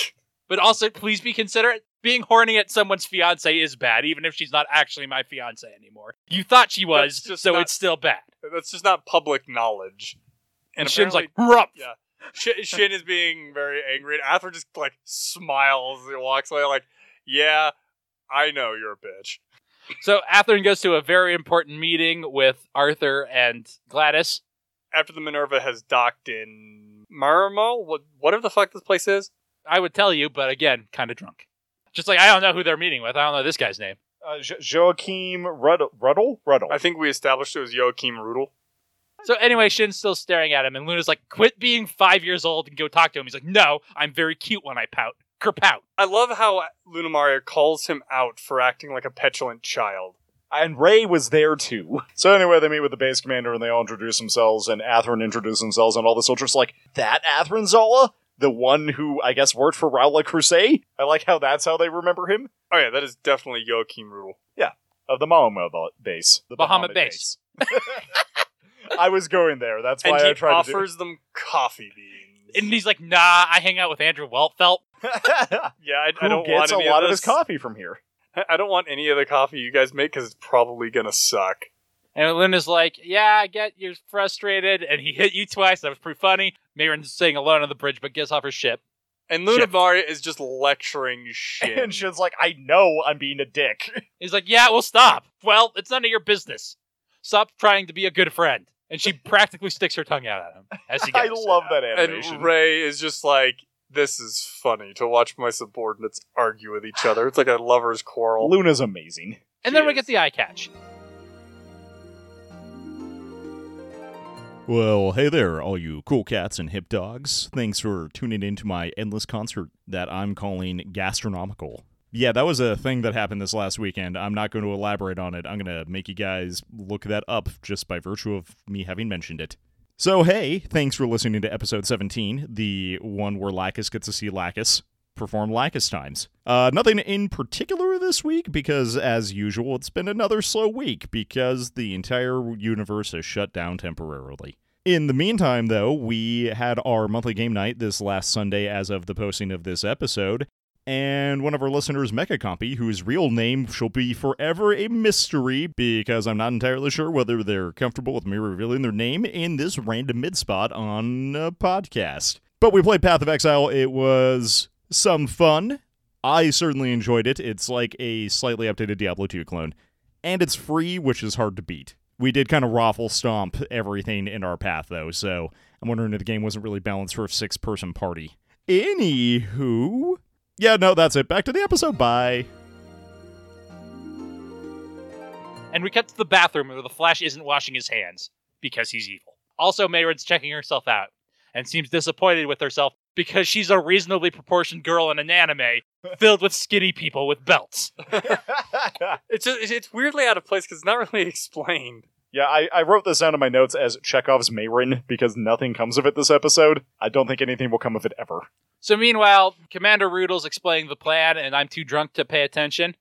Speaker 3: But also, please be considerate. Being horny at someone's fiance is bad, even if she's not actually my fiance anymore. You thought she was,
Speaker 5: That's just
Speaker 3: so
Speaker 5: not-
Speaker 3: it's still bad.
Speaker 5: That's just not public knowledge.
Speaker 3: And Shin's like,
Speaker 5: apparently
Speaker 3: "Ruff."
Speaker 5: Yeah. Sh- Shin is being very angry, and Athra just like smiles and walks away like, yeah, I know you're a bitch.
Speaker 3: So Atherin goes to a very important meeting with Arthur and Gladys.
Speaker 5: After the Minerva has docked in Marmo, what whatever the fuck this place is.
Speaker 3: I would tell you, but again, kind of drunk. Just like I don't know who they're meeting with. I don't know this guy's name.
Speaker 4: Uh, jo- Joachim Ruddle? Ruddle? Ruddle.
Speaker 5: I think we established it was Joachim Rudel.
Speaker 3: So anyway, Shin's still staring at him, and Luna's like, "Quit being five years old and go talk to him." He's like, "No, I'm very cute when I pout." Kerpout.
Speaker 5: I love how Lunamaria calls him out for acting like a petulant child.
Speaker 4: and Ray was there too. So anyway, they meet with the base commander and they all introduce themselves, and Atherin introduces themselves, and all the soldiers are like, that Atherin Zala? The one who, I guess, worked for Raula Crusade? I like how that's how they remember him.
Speaker 5: Oh yeah, that is definitely Joachim Rudel.
Speaker 4: of the Malmo ba- base. The
Speaker 3: Bahama
Speaker 4: Bahama
Speaker 3: base.
Speaker 4: base. I was going there. That's why
Speaker 5: and
Speaker 4: I
Speaker 5: he
Speaker 4: tried to. Do-
Speaker 5: offers them coffee beans.
Speaker 3: And he's like, nah, I hang out with Andrew Weltfelt.
Speaker 5: yeah, I,
Speaker 4: Who
Speaker 5: I don't
Speaker 4: gets
Speaker 5: want
Speaker 4: a
Speaker 5: any
Speaker 4: lot of,
Speaker 5: of
Speaker 4: his
Speaker 5: this.
Speaker 4: coffee from here?
Speaker 5: I- I don't want any of the coffee you guys make because it's probably gonna suck.
Speaker 3: And Luna's like, yeah, I get you're frustrated. And he hit you twice. That was pretty funny. Mirren's sitting alone on the bridge, but gets off her ship.
Speaker 5: And Luna
Speaker 3: Shit.
Speaker 5: Varia is just lecturing shit.
Speaker 4: And Shin's like, I know I'm being a dick.
Speaker 3: He's like, yeah, well, stop. Well, it's none of your business. Stop trying to be a good friend. And she practically sticks her tongue out at him as he
Speaker 4: I
Speaker 3: goes.
Speaker 4: love that animation.
Speaker 5: and Ray is just like, "This is funny to watch my subordinates argue with each other. It's like a lovers' quarrel."
Speaker 4: Luna's amazing.
Speaker 3: and then we
Speaker 5: Jeez.
Speaker 3: get the eye catch.
Speaker 6: Well, hey there, all you cool cats and hip dogs. Thanks for tuning in to my endless concert that I'm calling Gastronomical. Yeah, that was a thing that happened this last weekend. I'm not going to elaborate on it. I'm going to make you guys look that up just by virtue of me having mentioned it. So, hey, thanks for listening to episode 17, the one where Lacus gets to see Lacus perform Lacus times. Uh, nothing in particular this week because, as usual, it's been another slow week because the entire universe is shut down temporarily. In the meantime, though, we had our monthly game night this last Sunday as of the posting of this episode. And one of our listeners, Mecha Compy, whose real name shall be forever a mystery because I'm not entirely sure whether they're comfortable with me revealing their name in this random mid spot on a podcast. But we played Path of Exile. It was some fun. I certainly enjoyed it. It's like a slightly updated Diablo 2 clone. And it's free, which is hard to beat. We did kind of raffle stomp everything in our path, though, so I'm wondering if the game wasn't really balanced for a six person party. Anywho. Yeah, no, that's it. Back to the episode. Bye.
Speaker 3: And we cut to the bathroom where the Flash isn't washing his hands because he's evil. Also, Mayred's checking herself out and seems disappointed with herself because she's a reasonably proportioned girl in an anime filled with skinny people with belts.
Speaker 5: It's just, it's- it's weirdly out of place because it's not really explained.
Speaker 4: yeah, I, I wrote this down in my notes as Chekhov's Mayrin because nothing comes of it this episode. I don't think anything will come of it ever.
Speaker 3: So meanwhile, Commander Roodle's explaining the plan, and I'm too drunk to pay attention.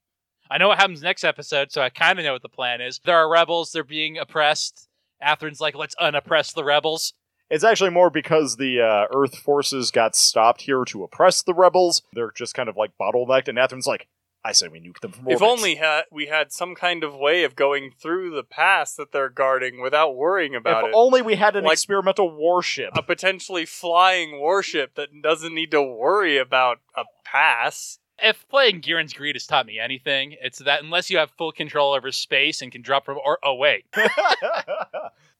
Speaker 3: I know what happens next episode, so I kind of know what the plan is. There are rebels; they're being oppressed. Atherin's like, "Let's unoppress the rebels."
Speaker 4: It's actually more because the uh, Earth forces got stopped here to oppress the rebels. They're just kind of like bottlenecked, and Atherin's like, I say we nuke them from
Speaker 5: If
Speaker 4: orbit."
Speaker 5: only ha- we had some kind of way of going through the past that they're guarding without worrying about
Speaker 4: If
Speaker 5: it.
Speaker 4: only we had an
Speaker 5: Like-
Speaker 4: experimental warship.
Speaker 5: a potentially flying warship that doesn't need to worry about a pass.
Speaker 3: If playing Garen's Greed has taught me anything, it's that unless you have full control over space and can drop from, or oh wait,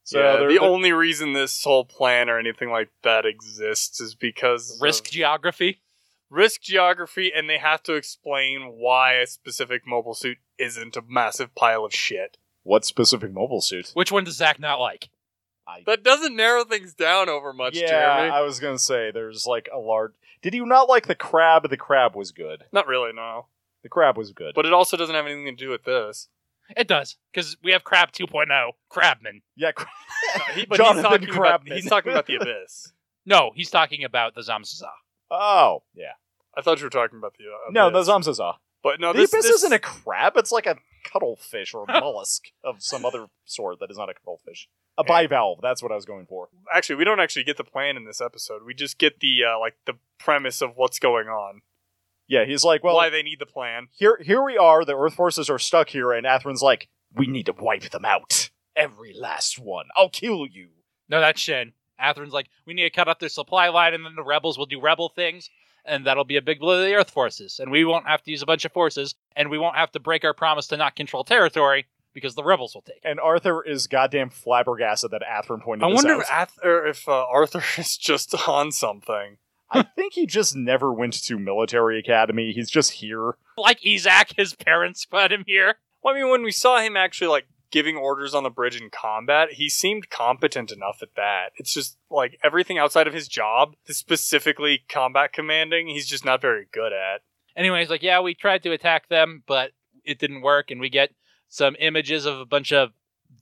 Speaker 4: so
Speaker 5: Yeah,
Speaker 4: they're,
Speaker 5: the
Speaker 4: they're-
Speaker 5: only reason this whole plan or anything like that exists is because
Speaker 3: risk
Speaker 5: of
Speaker 3: geography.
Speaker 5: risk geography, and they have to explain why a specific mobile suit isn't a massive pile of shit.
Speaker 4: what specific mobile suit?
Speaker 3: Which one does Zach not like?
Speaker 5: That doesn't narrow things down over much,
Speaker 4: yeah,
Speaker 5: Jeremy.
Speaker 4: I was gonna say there's like a large. Did you not like the crab? The crab was good.
Speaker 5: Not really, no.
Speaker 4: The crab was good.
Speaker 5: But it also doesn't have anything to do with this.
Speaker 3: It does, because we have Crab 2.0, Crabman.
Speaker 4: yeah, cra-
Speaker 5: No, he- but
Speaker 4: Jonathan
Speaker 5: he's talking about
Speaker 4: Crabman.
Speaker 5: he's talking about the abyss.
Speaker 3: No, he's talking about the Zamzaza.
Speaker 4: oh yeah.
Speaker 5: I thought you were talking about the uh, abyss.
Speaker 4: No, the Zamzaza.
Speaker 5: but no,
Speaker 4: the
Speaker 5: this,
Speaker 4: abyss
Speaker 5: this-
Speaker 4: isn't a crab. It's like a cuttlefish or a mollusk of some other sort that is not a cuttlefish. A
Speaker 5: Yeah.
Speaker 4: bivalve. That's what I was going for.
Speaker 5: actually we don't actually get the plan in this episode we just get the uh, like the premise of what's going on
Speaker 4: Yeah, he's like, well,
Speaker 5: why they need the plan
Speaker 4: here, here we are. The Earth forces are stuck here, and Atherin's like, we need to wipe them out. Every last one. I'll kill you.
Speaker 3: No, that's Shin. Atherin's like, we need to cut up their supply line, and then the rebels will do rebel things, and that'll be a big blow to the Earth forces, and we won't have to use a bunch of forces, and we won't have to break our promise to not control territory because the rebels will take it.
Speaker 4: And Arthur is goddamn flabbergasted that Atherin pointed.
Speaker 5: i
Speaker 4: this
Speaker 5: wonder
Speaker 4: out.
Speaker 5: if, Ath- or if uh, arthur is just on something
Speaker 4: I think he just never went to military academy. He's just here.
Speaker 3: Like Isaac, his parents put him here.
Speaker 5: well i mean when we saw him actually like giving orders on the bridge in combat he seemed competent enough at that it's just like everything outside of his job specifically combat commanding he's just not very good at
Speaker 3: Anyway, he's like, yeah, we tried to attack them, but it didn't work, and we get some images of a bunch of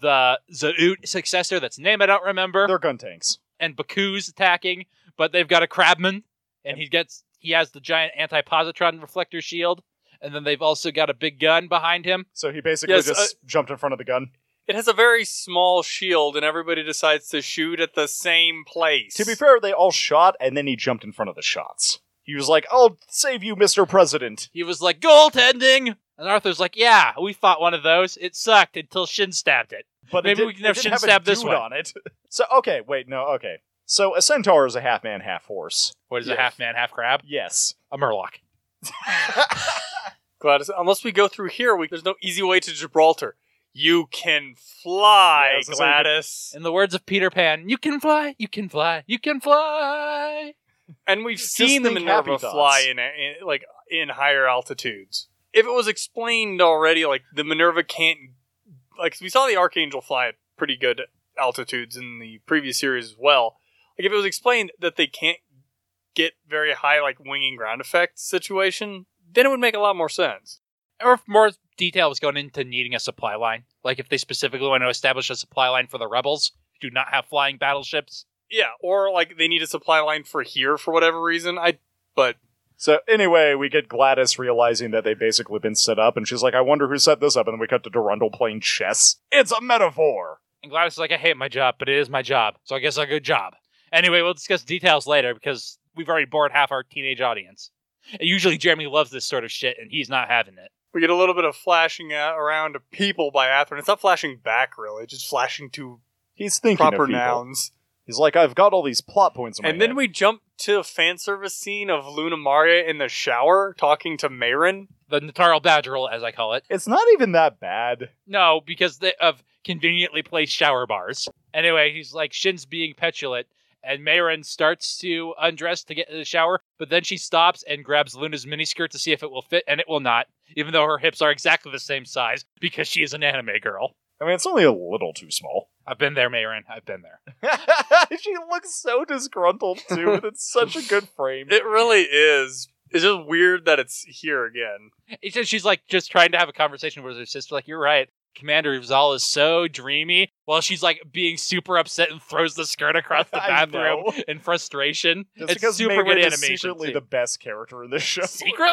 Speaker 3: the Zaut successor, that's name I don't remember,
Speaker 4: They're gun tanks.
Speaker 3: and Baku's attacking, but they've got a crabman, and he gets he has the giant anti-positron reflector shield, and then they've also got a big gun behind him.
Speaker 4: So he basically
Speaker 5: Yes, uh,
Speaker 4: just jumped in front of the gun.
Speaker 5: It has a very small shield, and everybody decides to shoot at the same place.
Speaker 4: To be fair, they all shot, and then he jumped in front of the shots. He was like, "I'll save you, Mister President."
Speaker 3: He was like, goaltending! And Arthur's like, yeah, we fought one of those. It sucked until Shin stabbed it.
Speaker 4: But it
Speaker 3: Maybe
Speaker 4: did-
Speaker 3: we can
Speaker 4: it
Speaker 3: have
Speaker 4: didn't
Speaker 3: shin
Speaker 4: a
Speaker 3: stab this
Speaker 4: dude
Speaker 3: way.
Speaker 4: on it. So okay, wait, no, okay. So a centaur is a half man, half horse.
Speaker 3: What is
Speaker 5: Yeah.
Speaker 3: a half man, half crab?
Speaker 4: Yes.
Speaker 3: A murloc.
Speaker 5: Gladys, unless we go through here, we, there's no easy way to Gibraltar. You can fly,
Speaker 4: Yeah, I was gonna say,
Speaker 5: Gladys.
Speaker 3: In the words of Peter Pan, you can fly, you can fly, you can fly.
Speaker 5: And we've seen the
Speaker 4: think happy
Speaker 5: Minerva
Speaker 4: thoughts.
Speaker 5: fly in, a- in like in higher altitudes. If it was explained already, like the Minerva can't, like we saw the Archangel fly at pretty good altitudes in the previous series as well. Like if it was explained that they can't get very high, like winging ground effect situation, then it would make a lot more sense.
Speaker 3: Or if more detail was going into needing a supply line, like if they specifically want to establish a supply line for the rebels, who do not have flying battleships.
Speaker 5: Yeah, or like they need a supply line for here for whatever reason. I, but
Speaker 4: So anyway, we get Gladys realizing that they've basically been set up, and she's like, "I wonder who set this up." And then we cut to Durandal playing chess. It's a metaphor.
Speaker 3: And Gladys is like, I hate my job, but it is my job, so I guess I'll go job. Anyway, we'll discuss details later because we've already bored half our teenage audience. And usually Jeremy loves this sort of shit, and he's not having it.
Speaker 5: we get a little bit of flashing uh, around of people by Atherin. It's not flashing back really; it's just flashing to
Speaker 4: He's thinking
Speaker 5: proper
Speaker 4: of people.
Speaker 5: nouns. He's
Speaker 4: He's like, "I've got all these plot points." In my
Speaker 5: and then
Speaker 4: head."
Speaker 5: we jump to a fan service scene of Luna Maria in the shower talking to Marin.
Speaker 3: The Natarial Badgerel, as I call it.
Speaker 4: It's not even that bad.
Speaker 3: No, because they, of conveniently placed shower bars. Anyway, he's like Shin's being petulant, and Mayron starts to undress to get in the shower, but then she stops and grabs Luna's miniskirt to see if it will fit, and it will not, even though her hips are exactly the same size because she is an anime girl.
Speaker 4: I mean, it's only a little too small.
Speaker 3: I've been there, Mayron. I've been there.
Speaker 4: she looks so disgruntled too, and it's such a good frame.
Speaker 5: It really is. It's just weird that it's here again.
Speaker 3: It's just, she's like just trying to have a conversation with her sister. Like, you're right. Commander Rizal is so dreamy while she's like being super upset and throws the skirt across the
Speaker 4: I
Speaker 3: bathroom
Speaker 4: know.
Speaker 3: in frustration.
Speaker 4: Just
Speaker 3: it's
Speaker 4: because
Speaker 3: super
Speaker 4: Mayrin
Speaker 3: good
Speaker 4: is
Speaker 3: animation.
Speaker 4: secretly
Speaker 3: too.
Speaker 4: the best character in this show.
Speaker 3: Secretly?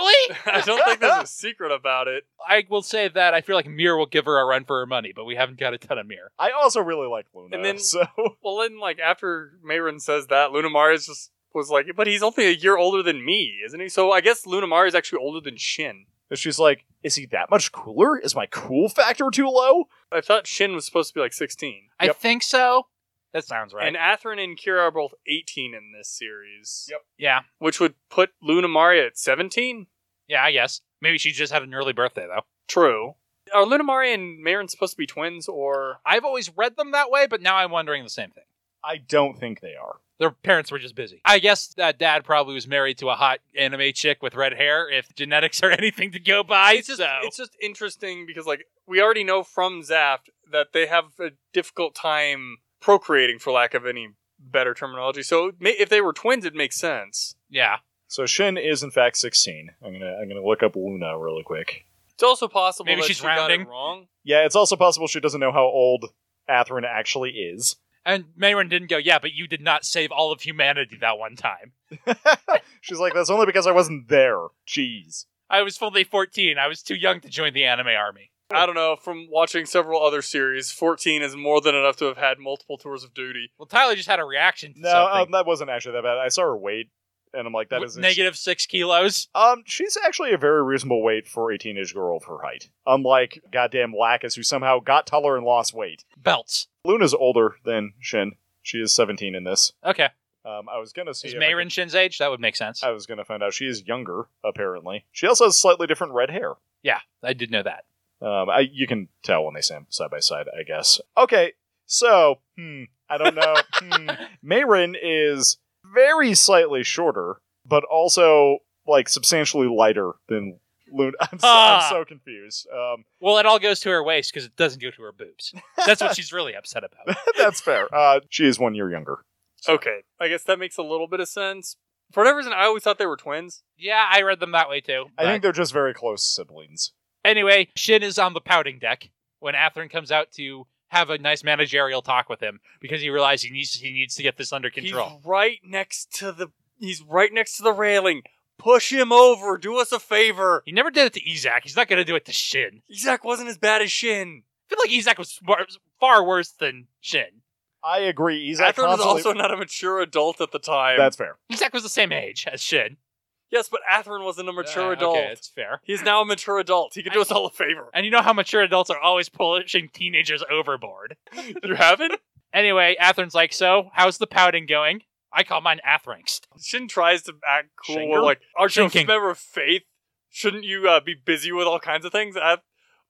Speaker 5: I don't think there's a secret about it.
Speaker 3: I will say that I feel like Mir will give her a run for her money, but we haven't got a ton of Mir.
Speaker 4: I also really like Luna.
Speaker 5: And then-
Speaker 4: so
Speaker 5: Well, then, like after Mayron says that, Luna Maria's just was like, "But he's only a year older than me, isn't he?" So I guess Luna Maria's actually older than Shin.
Speaker 4: And she's like, "Is he that much cooler? Is my cool factor too low?"
Speaker 5: I thought Shin was supposed to be like 16,
Speaker 3: I think so. That sounds right.
Speaker 5: and Atherin and Kira are both 18 in this series.
Speaker 4: Yep.
Speaker 3: yeah,
Speaker 5: which would put Luna Maria at 17.
Speaker 3: yeah, I guess. Maybe she just had an early birthday though.
Speaker 5: True. Are Luna Maria and Marin supposed to be twins, or
Speaker 3: I've always read them that way, but now I'm wondering the same thing.
Speaker 4: I don't think they are.
Speaker 3: Their parents were just busy. I guess that dad probably was married to a hot anime chick with red hair, if genetics are anything to go by.
Speaker 5: it's just
Speaker 3: so
Speaker 5: it's just interesting because like we already know from Zaft that they have a difficult time procreating, for lack of any better terminology. So it may- if they were twins, it makes sense.
Speaker 3: yeah,
Speaker 4: So Shin is in fact sixteen. I'm gonna I'm gonna look up Luna really quick.
Speaker 5: It's also possible
Speaker 3: Maybe
Speaker 5: that
Speaker 3: she's
Speaker 5: she got it
Speaker 3: rounding.
Speaker 5: wrong.
Speaker 4: Yeah, it's also possible she doesn't know how old Atherin actually is.
Speaker 3: and Mayron didn't go. Yeah, but you did not save all of humanity that one time.
Speaker 4: she's like, "That's only because I wasn't there." Jeez.
Speaker 3: I was fully 14. I was too young to join the anime army.
Speaker 5: I don't know. From watching several other series, 14 is more than enough to have had multiple tours of duty.
Speaker 3: Well, Tyler just had a reaction to
Speaker 4: No,
Speaker 3: something.
Speaker 4: um, that wasn't actually that bad. I saw her weight, and I'm like, that
Speaker 3: W-
Speaker 4: is
Speaker 3: negative six kilos.
Speaker 4: Um, she's actually a very reasonable weight for a teenage girl of her height. Unlike goddamn Lacus, who somehow got taller and lost weight.
Speaker 3: Belts.
Speaker 4: Luna's older than Shin. She is 17 in this.
Speaker 3: Okay.
Speaker 4: Um, I was gonna see.
Speaker 3: Is
Speaker 4: if I could-
Speaker 3: Mayrin Shin's age? That would make sense.
Speaker 4: I was gonna find out she is younger. Apparently, she also has slightly different red hair.
Speaker 3: yeah, I did know that.
Speaker 4: Um, I, you can tell when they stand side by side, I guess. Okay, so hmm, I don't know. hmm. Mayrin is very slightly shorter, but also like substantially lighter than Luna. I'm so,
Speaker 3: Ah.
Speaker 4: I'm so confused. Um,
Speaker 3: Well, it all goes to her waist because it doesn't go to her boobs. That's what she's really upset about.
Speaker 4: that's fair. Uh, she is one year younger.
Speaker 5: Okay, I guess that makes a little bit of sense. For whatever reason, I always thought they were twins.
Speaker 3: Yeah, I read them that way too.
Speaker 4: I
Speaker 3: but-
Speaker 4: think they're just very close siblings.
Speaker 3: Anyway, Shin is on the pouting deck when Atherin comes out to have a nice managerial talk with him because he realizes he needs he needs to get this under control.
Speaker 5: He's right next to the. He's right next to the railing. Push him over. Do us a favor.
Speaker 3: He never did it to Ezak. He's not going to do it to Shin.
Speaker 5: Isaac wasn't as bad as Shin.
Speaker 3: I feel like Ezak was far, far worse than Shin.
Speaker 4: I agree. He's
Speaker 5: Atherin was
Speaker 4: constantly-
Speaker 5: also not a mature adult at the time.
Speaker 4: That's fair.
Speaker 3: Ezak was the same age as Shin.
Speaker 5: yes, but Atherin wasn't a mature
Speaker 3: Uh,
Speaker 5: adult.
Speaker 3: Okay, that's fair.
Speaker 5: He's now a mature adult. He can do
Speaker 3: I-
Speaker 5: us all a favor.
Speaker 3: And you know how mature adults are always pushing teenagers overboard.
Speaker 5: you haven't?
Speaker 3: Anyway, Atherin's like, so how's the pouting going? I call mine Atherinxed.
Speaker 5: Shin tries to act cool,
Speaker 4: Shinker?
Speaker 5: like aren't you a
Speaker 3: Shinking.
Speaker 5: member of faith? Shouldn't you uh, be busy with all kinds of things? I,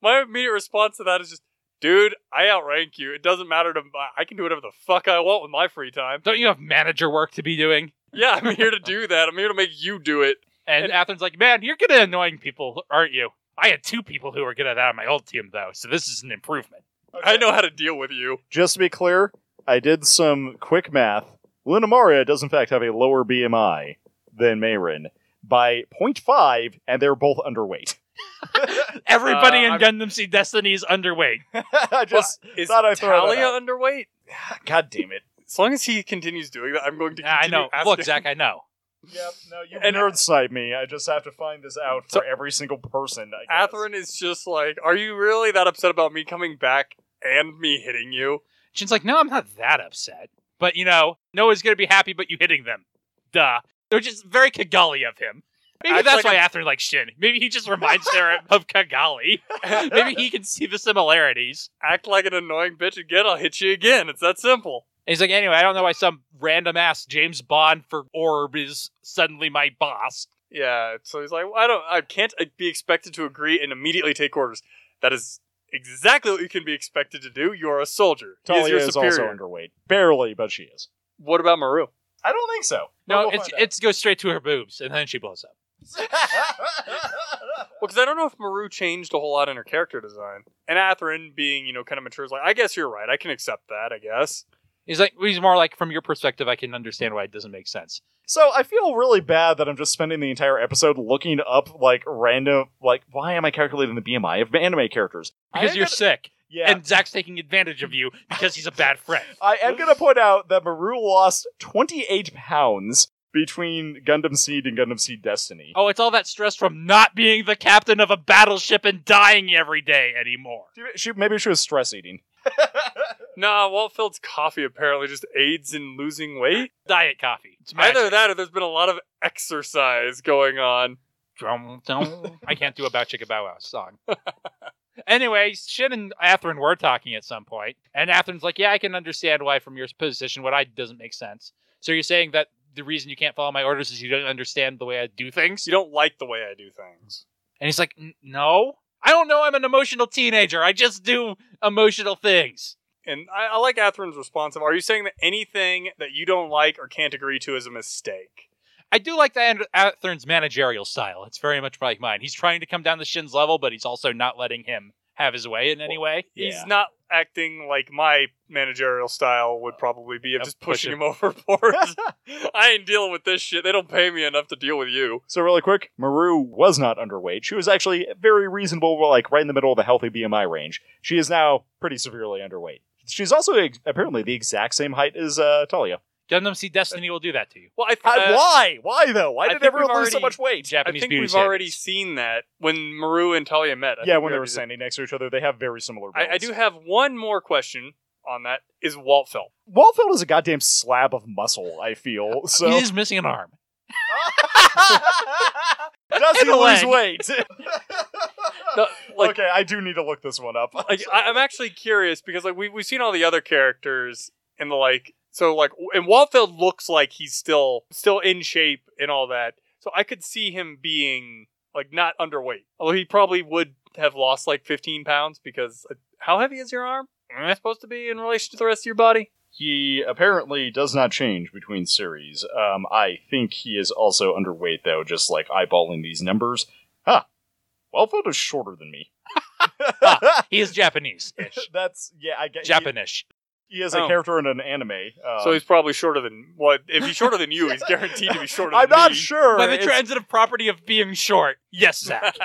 Speaker 5: my immediate response to that is just, dude, I outrank you. It doesn't matter to my, I can do whatever the fuck I want with my free time.
Speaker 3: Don't you have manager work to be doing?
Speaker 5: Yeah, I'm here to do that. I'm here to make you do it.
Speaker 3: And, Atherin's like, man, you're good at annoying people, aren't you? I had two people who were good at that on my old team, though, so this is an improvement.
Speaker 5: I know how to deal with you.
Speaker 4: Just to be clear, I did some quick math. Luna Maria does in fact have a lower BMI than Mayrin by 0.5, and they're both underweight.
Speaker 3: Everybody
Speaker 5: Uh,
Speaker 3: in Gundam Seed Destiny is underweight.
Speaker 4: I just
Speaker 5: Is
Speaker 4: thought I'd throw that
Speaker 5: Talia
Speaker 4: out.
Speaker 5: underweight?
Speaker 4: God damn it.
Speaker 5: As long as he continues doing that, I'm going to.
Speaker 3: Yeah, I
Speaker 5: Continue
Speaker 3: know.
Speaker 5: Asking.
Speaker 3: Look, Zach, I know.
Speaker 4: Yep, no, you
Speaker 5: And-
Speaker 4: nerd side me. I just have to find this out for every single person. I guess.
Speaker 5: Atherin is just like, are you really that upset about me coming back and me hitting you?
Speaker 3: Shin's like, no, I'm not that upset. But you know, no one's gonna be happy but you hitting them. Duh. They're just very Kigali of him. Maybe
Speaker 5: Acts
Speaker 3: that's
Speaker 5: like
Speaker 3: why Atherin likes Shin. Maybe he just reminds her of Kigali. Maybe he can see the similarities.
Speaker 5: Act like an annoying bitch again, I'll hit you again. It's that simple.
Speaker 3: And he's like, anyway, I don't know why some random ass James Bond for Orb is suddenly my boss.
Speaker 5: Yeah. So he's like, well, I don't, I can't uh, be expected to agree and immediately take orders. That is exactly what you can be expected to do. You are a soldier. He
Speaker 4: Talia
Speaker 5: your
Speaker 4: is
Speaker 5: superior.
Speaker 4: also underweight. Barely, but she is.
Speaker 5: What about Maru?
Speaker 4: I don't think so.
Speaker 3: No,
Speaker 4: But we'll
Speaker 3: it's
Speaker 4: find out.
Speaker 3: it's goes straight to her boobs, and then she blows up.
Speaker 5: Well, because I don't know if Maru changed a whole lot in her character design. And Atherin, being you know kind of mature, is like, I guess you're right. I can accept that. I guess.
Speaker 3: He's like, he's more like, from your perspective, I can understand why it doesn't make sense.
Speaker 4: So I feel really bad that I'm just spending the entire episode looking up like random like why am I calculating the BMI of anime characters? I
Speaker 3: Because
Speaker 4: am
Speaker 3: you're
Speaker 4: gonna-
Speaker 3: sick.
Speaker 4: yeah.
Speaker 3: and Zach's taking advantage of you because he's a bad friend.
Speaker 4: I am gonna point out that Maru lost 28 pounds between Gundam Seed and Gundam Seed Destiny.
Speaker 3: Oh, it's all that stress from not being the captain of a battleship and dying every day anymore.
Speaker 4: She, maybe she was stress eating.
Speaker 5: Nah, Waltfeld's coffee apparently just aids in losing weight.
Speaker 3: Diet coffee. It's
Speaker 5: Either
Speaker 3: magic.
Speaker 5: that, or there's been a lot of exercise going on.
Speaker 3: Drum, drum. I can't do a Bow Chicka Bow Wow song. anyway, Shin and Atherin were talking at some point, and Atherin's like, Yeah, I can understand why, from your position, what I do doesn't make sense. So you're saying that the reason you can't follow my orders is you don't understand the way I do things?
Speaker 5: You don't like the way I do things.
Speaker 3: And he's like, "N- No. I don't know. I'm an emotional teenager. I just do emotional things.
Speaker 5: And I, I like Atherin's response of, "Are you saying that anything that you don't like or can't agree to is a mistake?"
Speaker 3: I do like that Ander- Athern's managerial style. It's very much like mine. He's trying to come down to Shin's level, but he's also not letting him have his way in any way.
Speaker 5: He's not acting like my managerial style would probably be of
Speaker 3: Uh,
Speaker 5: just
Speaker 3: push
Speaker 5: pushing
Speaker 3: him.
Speaker 5: him overboard. I ain't dealing with this shit. They don't pay me enough to deal with you.
Speaker 4: So really quick, Maru was not underweight. She was actually very reasonable, like right in the middle of the healthy BMI range. She is now pretty severely underweight. She's also ex- apparently the exact same height as uh, Talia.
Speaker 3: Gundam Seed Destiny will do that to you.
Speaker 5: Well, I, th-
Speaker 4: How-
Speaker 5: uh,
Speaker 4: why? Why though? Why
Speaker 5: I
Speaker 4: did
Speaker 5: think
Speaker 4: everyone
Speaker 5: we've
Speaker 4: lose so
Speaker 5: already-
Speaker 4: much weight?
Speaker 5: I
Speaker 3: Japanese
Speaker 5: think
Speaker 3: beauty
Speaker 5: we've
Speaker 3: standards.
Speaker 5: already seen that when Maru and Talia met. I
Speaker 4: yeah,
Speaker 5: think
Speaker 4: when
Speaker 5: we
Speaker 4: they were
Speaker 5: already did-
Speaker 4: standing next to each other, they have very similar. Builds.
Speaker 5: I, I do have one more question on that. Is Walt Felt?
Speaker 4: Walfeld is a goddamn slab of muscle. I feel so.
Speaker 3: He is missing an arm.
Speaker 4: Does he
Speaker 3: And a
Speaker 4: lose
Speaker 3: leg.
Speaker 4: weight?
Speaker 5: No, like,
Speaker 4: okay, I do need to look this one up.
Speaker 5: like I, I'm actually curious because like we we've seen all the other characters and the like. So like, and Waltfeld looks like he's still still in shape and all that. So I could see him being like not underweight, although he probably would have lost like 15 pounds because uh, how heavy is your arm? Am I supposed to be in relation to the rest of your body?
Speaker 4: He apparently does not change between series. Um, I think he is also underweight, though, just like eyeballing these numbers. Huh. Wellfield is shorter than me.
Speaker 3: He is Japanese ish.
Speaker 4: That's, yeah, I get
Speaker 3: Japanish.
Speaker 4: He, he is a
Speaker 5: Oh.
Speaker 4: character in an anime. Um,
Speaker 5: so he's probably shorter than well, if he's shorter than you, he's guaranteed to be shorter.
Speaker 4: I'm
Speaker 5: than
Speaker 4: not
Speaker 5: me.
Speaker 4: sure.
Speaker 3: By the
Speaker 4: It's-
Speaker 3: transitive property of being short. Yes, Zach.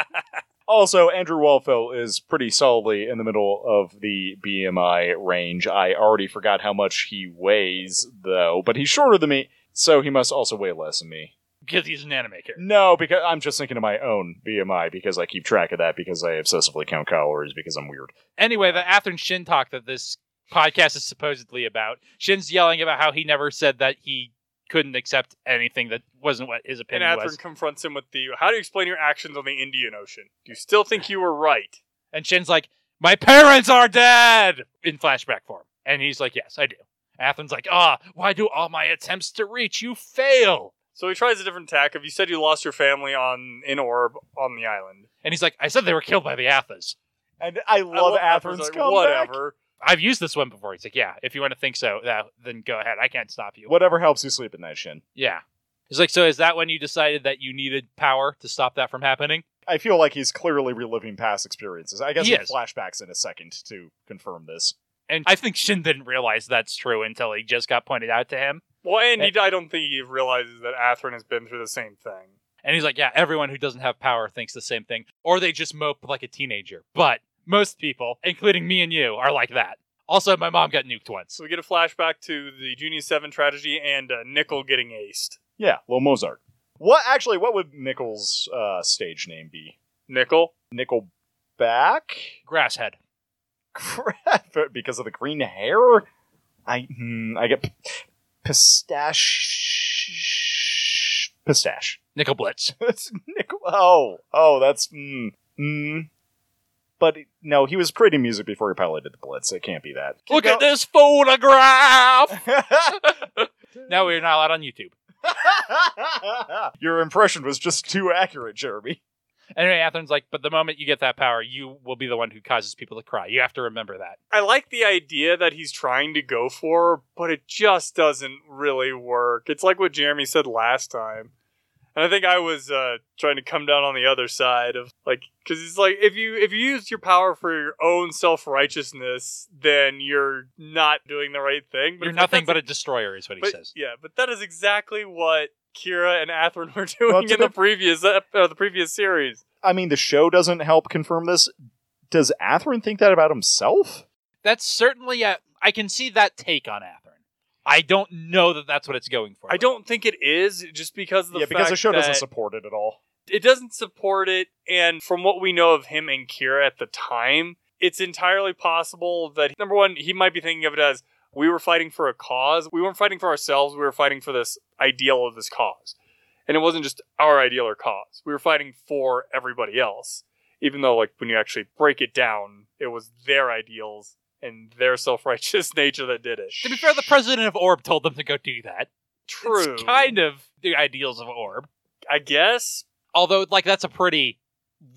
Speaker 4: also, Andrew Wellfeld is pretty solidly in the middle of the BMI range. I already forgot how much he weighs, though, but he's shorter than me, so he must also weigh less than me.
Speaker 3: because he's an animaker.
Speaker 4: No, because I'm just thinking of my own BMI because I keep track of that because I obsessively count calories because I'm weird.
Speaker 3: Anyway, the Athern Shin talk that this podcast is supposedly about, Shin's yelling about how he never said that he couldn't accept anything that wasn't what his
Speaker 5: And
Speaker 3: opinion
Speaker 5: Atherin
Speaker 3: was.
Speaker 5: confronts him with the How do you explain your actions on the Indian Ocean? Do you still think you were right?
Speaker 3: And Shin's like, My parents are dead in flashback form. And he's like, Yes, I do. Athens like, ah, why do all my attempts to reach you fail?
Speaker 5: So he tries a different tack of you said you lost your family on in orb on the island.
Speaker 3: And he's like, I said they were killed by the Athas.
Speaker 4: And I love,
Speaker 5: I
Speaker 4: Atherin's
Speaker 5: Atherin's like,
Speaker 4: comeback.
Speaker 5: Whatever.
Speaker 3: I've used this one before. He's like, yeah, if you want to think so, that, then go ahead. I can't stop you.
Speaker 4: Whatever helps you sleep at night, Shin.
Speaker 3: Yeah. He's like, so is that when you decided that you needed power to stop that from happening?
Speaker 4: I feel like he's clearly reliving past experiences. I guess
Speaker 3: He
Speaker 4: he
Speaker 3: is.
Speaker 4: flashbacks in a second to confirm this.
Speaker 3: And I think Shin didn't realize that's true until he just got pointed out to him.
Speaker 5: Well, and he, I don't think he realizes that Atherin has been through the same thing.
Speaker 3: And he's like, yeah, everyone who doesn't have power thinks the same thing, or they just mope like a teenager. But most people, including me and you, are like that. Also, my mom got nuked once.
Speaker 5: So we get a flashback to the Junior Seven tragedy and uh, Nickel getting aced.
Speaker 4: Yeah, little Mozart. What actually? What would Nickel's uh, stage name be?
Speaker 5: Nickel.
Speaker 4: Nickelback, back?
Speaker 3: Grasshead.
Speaker 4: Crap, uh, because of the green hair. I hmm, I get p- pistache. Pistache.
Speaker 3: Nickel Blitz.
Speaker 4: That's Nickel. Oh, oh, that's mm, mm. But no, he was creating music before he piloted the Blitz. It can't be that.
Speaker 3: Look at this photograph!
Speaker 4: this.
Speaker 3: now we're not allowed on YouTube.
Speaker 4: Your impression was just too accurate, Jeremy.
Speaker 3: Anyway, Atherin's like, but the moment you get that power, you will be the one who causes people to cry. You have to remember that.
Speaker 5: I like the idea that he's trying to go for, but it just doesn't really work. It's like what Jeremy said last time. And I think I was uh, trying to come down on the other side of like, because it's like if you if you use your power for your own self righteousness, then you're not doing the right thing.
Speaker 3: You're
Speaker 5: if
Speaker 3: nothing
Speaker 5: that's-
Speaker 3: but a destroyer, is what he
Speaker 5: but-
Speaker 3: says.
Speaker 5: Yeah, but that is exactly what Kira and Athrun were doing
Speaker 4: Well,
Speaker 5: in
Speaker 4: to
Speaker 5: the,
Speaker 4: the-
Speaker 5: previous ep- uh, the previous series.
Speaker 4: I mean, the show doesn't help confirm this. Does Atherin think that about himself?
Speaker 3: That's certainly a. I can see that take on Atherin. I don't know that that's what it's going for.
Speaker 5: I don't think it is just because of the
Speaker 4: yeah, because the
Speaker 5: fact
Speaker 4: show doesn't
Speaker 5: that-
Speaker 4: support it at all.
Speaker 5: it doesn't support it and from what we know of him and kira at the time it's entirely possible that number one he might be thinking of it as we were fighting for a cause we weren't fighting for ourselves we were fighting for this ideal of this cause and it wasn't just our ideal or cause we were fighting for everybody else even though like when you actually break it down it was their ideals and their self-righteous nature that did it
Speaker 3: To be fair, the president of Orb told them to go do that.
Speaker 5: true
Speaker 3: It's kind of the ideals of Orb.
Speaker 5: i guess
Speaker 3: Although, like, that's a pretty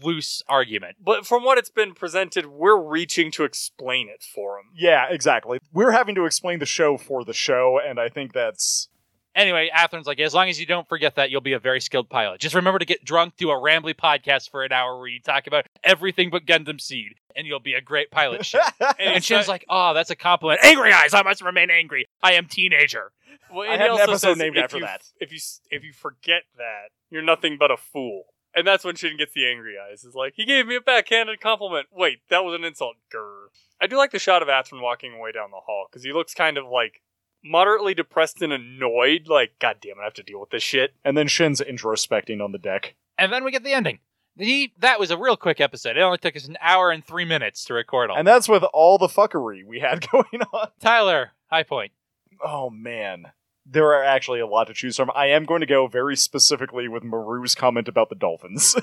Speaker 3: loose argument.
Speaker 5: but from what it's been presented we're reaching to explain it for him
Speaker 4: Yeah, exactly. We're having to explain the show for the show, and I think that's
Speaker 3: Anyway, Atherin's like, as long as you don't forget that, you'll be a very skilled pilot. Just remember to get drunk, do a rambly podcast for an hour where you talk about everything but Gundam Seed, and you'll be a great pilot. Shin.
Speaker 5: And
Speaker 3: and
Speaker 5: it's
Speaker 3: Shin's
Speaker 5: not-
Speaker 3: like, oh, that's a compliment. Angry eyes, I must remain angry. I am teenager.
Speaker 5: Well,
Speaker 4: I
Speaker 5: and
Speaker 4: had
Speaker 5: he
Speaker 4: an
Speaker 5: also
Speaker 4: episode
Speaker 5: says
Speaker 4: named
Speaker 5: if
Speaker 4: after
Speaker 5: you-
Speaker 4: that.
Speaker 5: If you s- if you forget that, you're nothing but a fool. And that's when Shin gets the angry eyes. It's like he gave me a backhanded compliment. Wait, that was an insult. Grr. I do like the shot of Athrun walking away down the hall because he looks kind of like moderately depressed and annoyed. Like, God damn it, I have to deal with this shit.
Speaker 4: And then Shin's introspecting on the deck.
Speaker 3: And then we get the ending. He, that was a real quick episode. It only took us an hour and three minutes to record all.
Speaker 4: And that's with all the fuckery we had going on.
Speaker 3: Tyler, high point.
Speaker 4: Oh man. There are actually a lot to choose from. I am going to go very specifically with Maru's comment about the dolphins.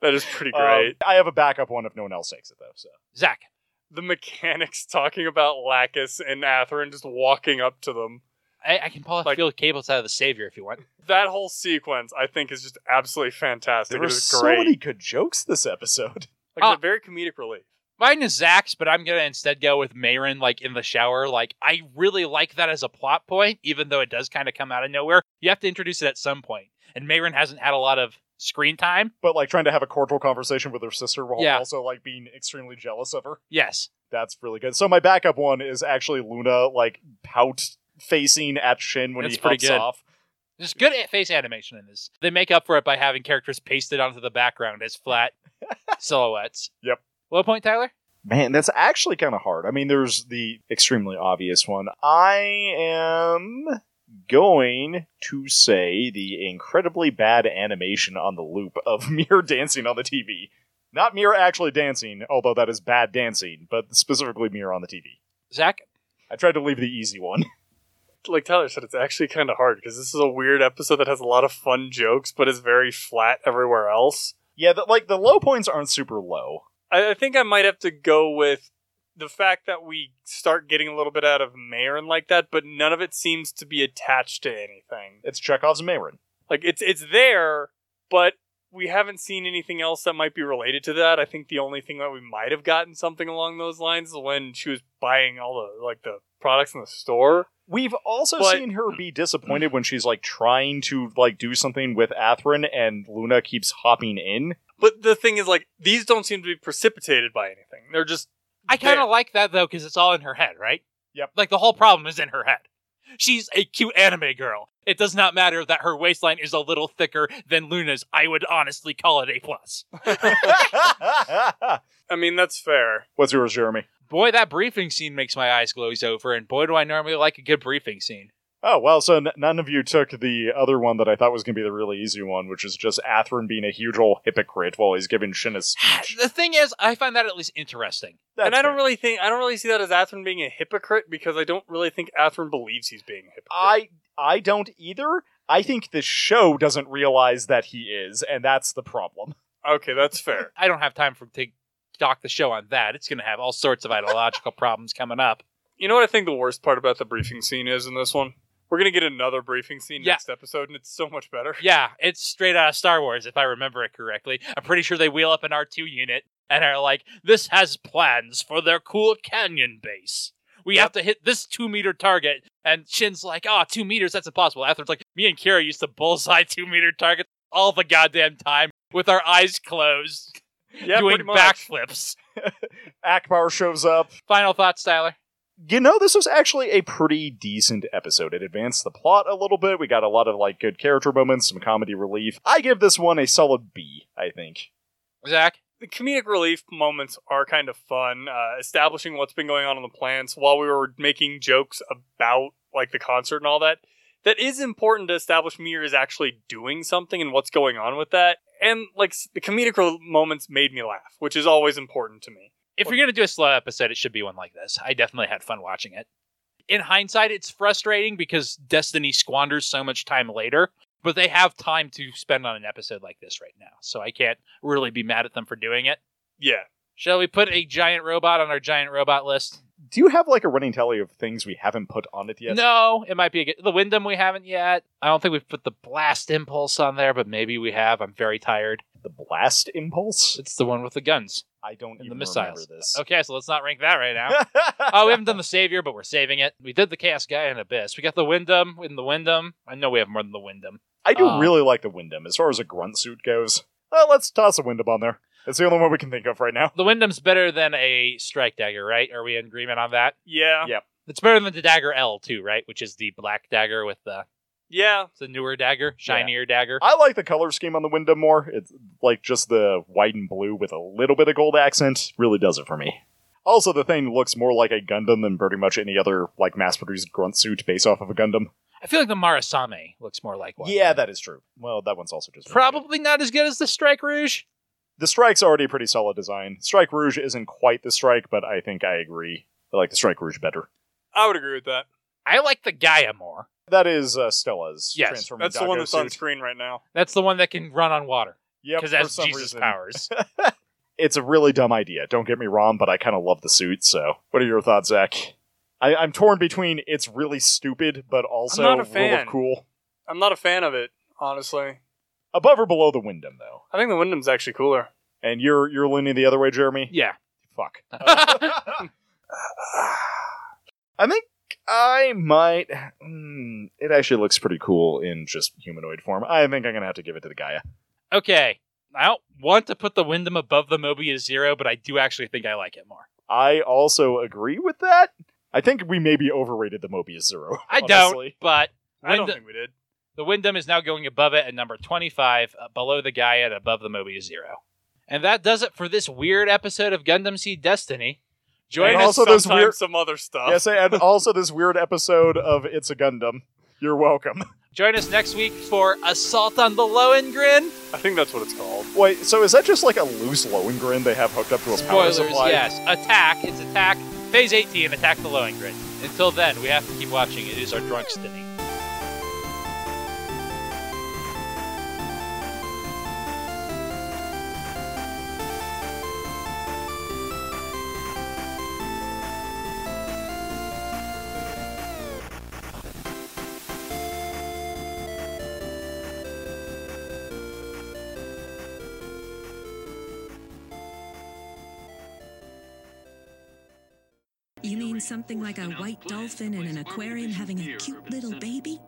Speaker 5: That is pretty
Speaker 4: Um,
Speaker 5: great.
Speaker 4: I have a backup one if no one else takes it though. So
Speaker 3: Zach,
Speaker 5: the mechanics talking about Lacus and Athrun just walking up to them.
Speaker 3: I, I can pull off
Speaker 5: Like-
Speaker 3: field cables out of the savior if you want.
Speaker 5: That whole sequence, I think, is just absolutely fantastic.
Speaker 4: there were
Speaker 5: It is
Speaker 4: so
Speaker 5: great.
Speaker 4: many good jokes this episode.
Speaker 5: like, it's
Speaker 3: Ah.
Speaker 5: a very comedic relief.
Speaker 3: Mine is Zach's, but I'm gonna instead go with Mayron, like in the shower. Like I really like that as a plot point, even though it does kind of come out of nowhere. You have to introduce it at some point, and Mayron hasn't had a lot of screen time.
Speaker 4: But like trying to have a cordial conversation with her sister while
Speaker 3: Yeah.
Speaker 4: also like being extremely jealous of her.
Speaker 3: Yes,
Speaker 4: That's really good. So my backup one is actually Luna like pout facing at Shin when
Speaker 3: That's
Speaker 4: he
Speaker 3: pretty
Speaker 4: hops
Speaker 3: good.
Speaker 4: off.
Speaker 3: there's good a- face animation in this. They make up for it by having characters pasted onto the background as flat silhouettes.
Speaker 4: Yep.
Speaker 3: Low point, Tyler.
Speaker 4: Man, that's actually kind of hard. I mean, there's the extremely obvious one. I am going to say the incredibly bad animation on the loop of Mir dancing on the TV. Not Mir actually dancing, although that is bad dancing, but specifically Mir on the TV.
Speaker 3: Zach,
Speaker 4: I tried to leave the easy one.
Speaker 5: Like Tyler said, it's actually kind of hard because this is a weird episode that has a lot of fun jokes, but is very flat everywhere else.
Speaker 4: yeah, the, like the low points aren't super low.
Speaker 5: I, I think I might have to go with the fact that we start getting a little bit out of Mayor and like that, but none of it seems to be attached to anything.
Speaker 4: It's Chekhov's Marin.
Speaker 5: Like it's it's there, but we haven't seen anything else that might be related to that. I think the only thing that we might have gotten something along those lines is when she was buying all the like the products in the store.
Speaker 4: We've also
Speaker 5: But-
Speaker 4: seen her be disappointed when she's like trying to like do something with Athrun and Luna keeps hopping in.
Speaker 5: But the thing is like these don't seem to be precipitated by anything. They're just
Speaker 3: I kind
Speaker 5: there.
Speaker 3: of like that though because it's all in her head, right?
Speaker 4: Yep.
Speaker 3: Like the whole problem is in her head. She's a cute anime girl. It does not matter that her waistline is a little thicker than Luna's. I would honestly call it a plus.
Speaker 5: I mean, that's fair.
Speaker 4: What's yours, Jeremy?
Speaker 3: Boy, that briefing scene makes my eyes glaze over, and boy, do I normally like a good briefing scene.
Speaker 4: Oh well, so n- none of you took the other one that I thought was going to be the really easy one, which is just Athrun being a huge old hypocrite while he's giving Shin a speech.
Speaker 3: The thing is, I find that at least interesting.
Speaker 4: That's
Speaker 5: and I don't
Speaker 4: fair.
Speaker 5: really think I don't really see that as Athrun being a hypocrite because I don't really think Athrun believes he's being a hypocrite.
Speaker 4: I I don't either. I think the show doesn't realize that he is, and that's the problem.
Speaker 5: okay, that's fair.
Speaker 3: I don't have time for to dock the show on that. It's going to have all sorts of ideological problems coming up.
Speaker 5: You know what I think the worst part about the briefing scene is in this one? We're gonna get another briefing scene
Speaker 3: Yeah.
Speaker 5: next episode, and it's so much better.
Speaker 3: Yeah, it's straight out of Star Wars, if I remember it correctly. I'm pretty sure they wheel up an R2 unit and are like, this has plans for their cool canyon base. We have to hit this two meter target. And Shin's like, oh, two meters, that's impossible. Afterwards, like, me and Kira used to bullseye two meter targets all the goddamn time with our eyes closed,
Speaker 5: Yeah,
Speaker 3: doing
Speaker 5: pretty much.
Speaker 3: backflips.
Speaker 4: Akbar shows up.
Speaker 3: Final thoughts, Tyler?
Speaker 4: You know, this was actually a pretty decent episode. It advanced the plot a little bit. We got a lot of like good character moments, some comedy relief. I give this one a solid B. I think.
Speaker 3: Zach?
Speaker 5: the comedic relief moments are kind of fun. Uh, establishing what's been going on in the plants while we were making jokes about like the concert and all that. That is important to establish Mir is actually doing something and what's going on with that. And like s- the comedic rel- moments made me laugh, which is always important to me.
Speaker 3: if you're gonna do a slow episode, it should be one like this. I definitely had fun watching it. In hindsight, it's frustrating because Destiny squanders so much time later, but they have time to spend on an episode like this right now, so I can't really be mad at them for doing it.
Speaker 5: Yeah.
Speaker 3: Shall we put a giant robot on our giant robot list?
Speaker 4: Do you have like a running tally of things we haven't put on it yet?
Speaker 3: No, it might be a good, the Wyndham we haven't yet. I don't think we've put the Blast Impulse on there, but maybe we have. I'm very tired.
Speaker 4: The blast impulse.
Speaker 3: It's the one with the guns
Speaker 4: I don't
Speaker 3: and
Speaker 4: even
Speaker 3: the
Speaker 4: remember
Speaker 3: missiles.
Speaker 4: this.
Speaker 3: Okay, so let's not rank that right now. oh, we haven't done the Savior, but we're saving it. We did the Chaos Guy and Abyss. We got the Wyndham in the Wyndham. I know we have more than the Wyndham.
Speaker 4: I do
Speaker 3: Uh,
Speaker 4: really like the Wyndham as far as a grunt suit goes. Uh, let's toss a Wyndham on there. It's the only one we can think of right now.
Speaker 3: The Wyndham's better than a Strike Dagger, right? Are we in agreement on that?
Speaker 5: Yeah.
Speaker 4: Yeah.
Speaker 3: It's better than the Dagger L too, right? Which is the black dagger with the
Speaker 5: Yeah.
Speaker 3: the newer dagger, shinier dagger.
Speaker 4: I like the color scheme on the Wyndham more. It's like just the white and blue with a little bit of gold accent really does it for me. Also, the thing looks more like a Gundam than pretty much any other like mass-produced grunt suit based off of a Gundam.
Speaker 3: I feel like the Marasame looks more like one.
Speaker 4: Yeah, that is true. Well, that one's also just really good.
Speaker 3: probably not as good as the Strike Rouge.
Speaker 4: the Strike's already a pretty solid design. Strike Rouge isn't quite the Strike, but I think I agree. I like the Strike Rouge better.
Speaker 5: I would agree with that.
Speaker 3: I like the Gaia more.
Speaker 4: That is uh, Stella's
Speaker 3: Yes,
Speaker 4: transforming
Speaker 5: That's the one
Speaker 4: Dago
Speaker 5: that's
Speaker 4: suit.
Speaker 5: on screen right now.
Speaker 3: That's the one that can run on water
Speaker 4: Yep,
Speaker 3: because
Speaker 4: for
Speaker 3: that's
Speaker 4: some
Speaker 3: Jesus'
Speaker 4: reason.
Speaker 3: powers.
Speaker 4: It's a really dumb idea. Don't get me wrong, but I kind of love the suit. So, what are your thoughts, Zach? I, I'm torn between it's really stupid, but also
Speaker 5: not a
Speaker 4: rule of
Speaker 5: fan.
Speaker 4: cool.
Speaker 5: I'm not a fan of it, honestly.
Speaker 4: Above or below the Wyndham, though.
Speaker 5: I think the Wyndham's actually cooler.
Speaker 4: And you're you're leaning the other way, Jeremy.
Speaker 3: yeah.
Speaker 4: Fuck. I think I might. Hmm, it actually looks pretty cool in just humanoid form. I think I'm gonna have to give it to the Gaia.
Speaker 3: okay. I don't want to put the Wyndham above the Mobius Zero, but I do actually think I like it more.
Speaker 4: I also agree with that. I think we maybe overrated the Mobius Zero.
Speaker 3: I
Speaker 4: honestly.
Speaker 3: don't, but
Speaker 5: I don't
Speaker 3: Wyndham-
Speaker 5: think we did.
Speaker 3: the Wyndham is now going above it at number 25, uh, below the Gaia and above the Mobius Zero. And that does it for this weird episode of Gundam Seed Destiny. Join
Speaker 4: And
Speaker 5: And
Speaker 3: us.
Speaker 4: also
Speaker 5: also
Speaker 4: those
Speaker 5: sometimes
Speaker 4: weird-
Speaker 5: some other stuff.
Speaker 4: Yes, and also this weird episode of It's a Gundam. You're welcome.
Speaker 3: Join us next week for Assault on the Lohengrin.
Speaker 5: I think that's what it's called.
Speaker 4: Wait, so is that just like a loose Lohengrin they have hooked up to a power
Speaker 3: Spoilers,
Speaker 4: supply?
Speaker 3: yes. Attack. It's attack. Phase 18, attack the Lohengrin. Until then, we have to keep watching. It is our drunk stinny.
Speaker 7: You mean something like a white dolphin in an aquarium having a cute little baby?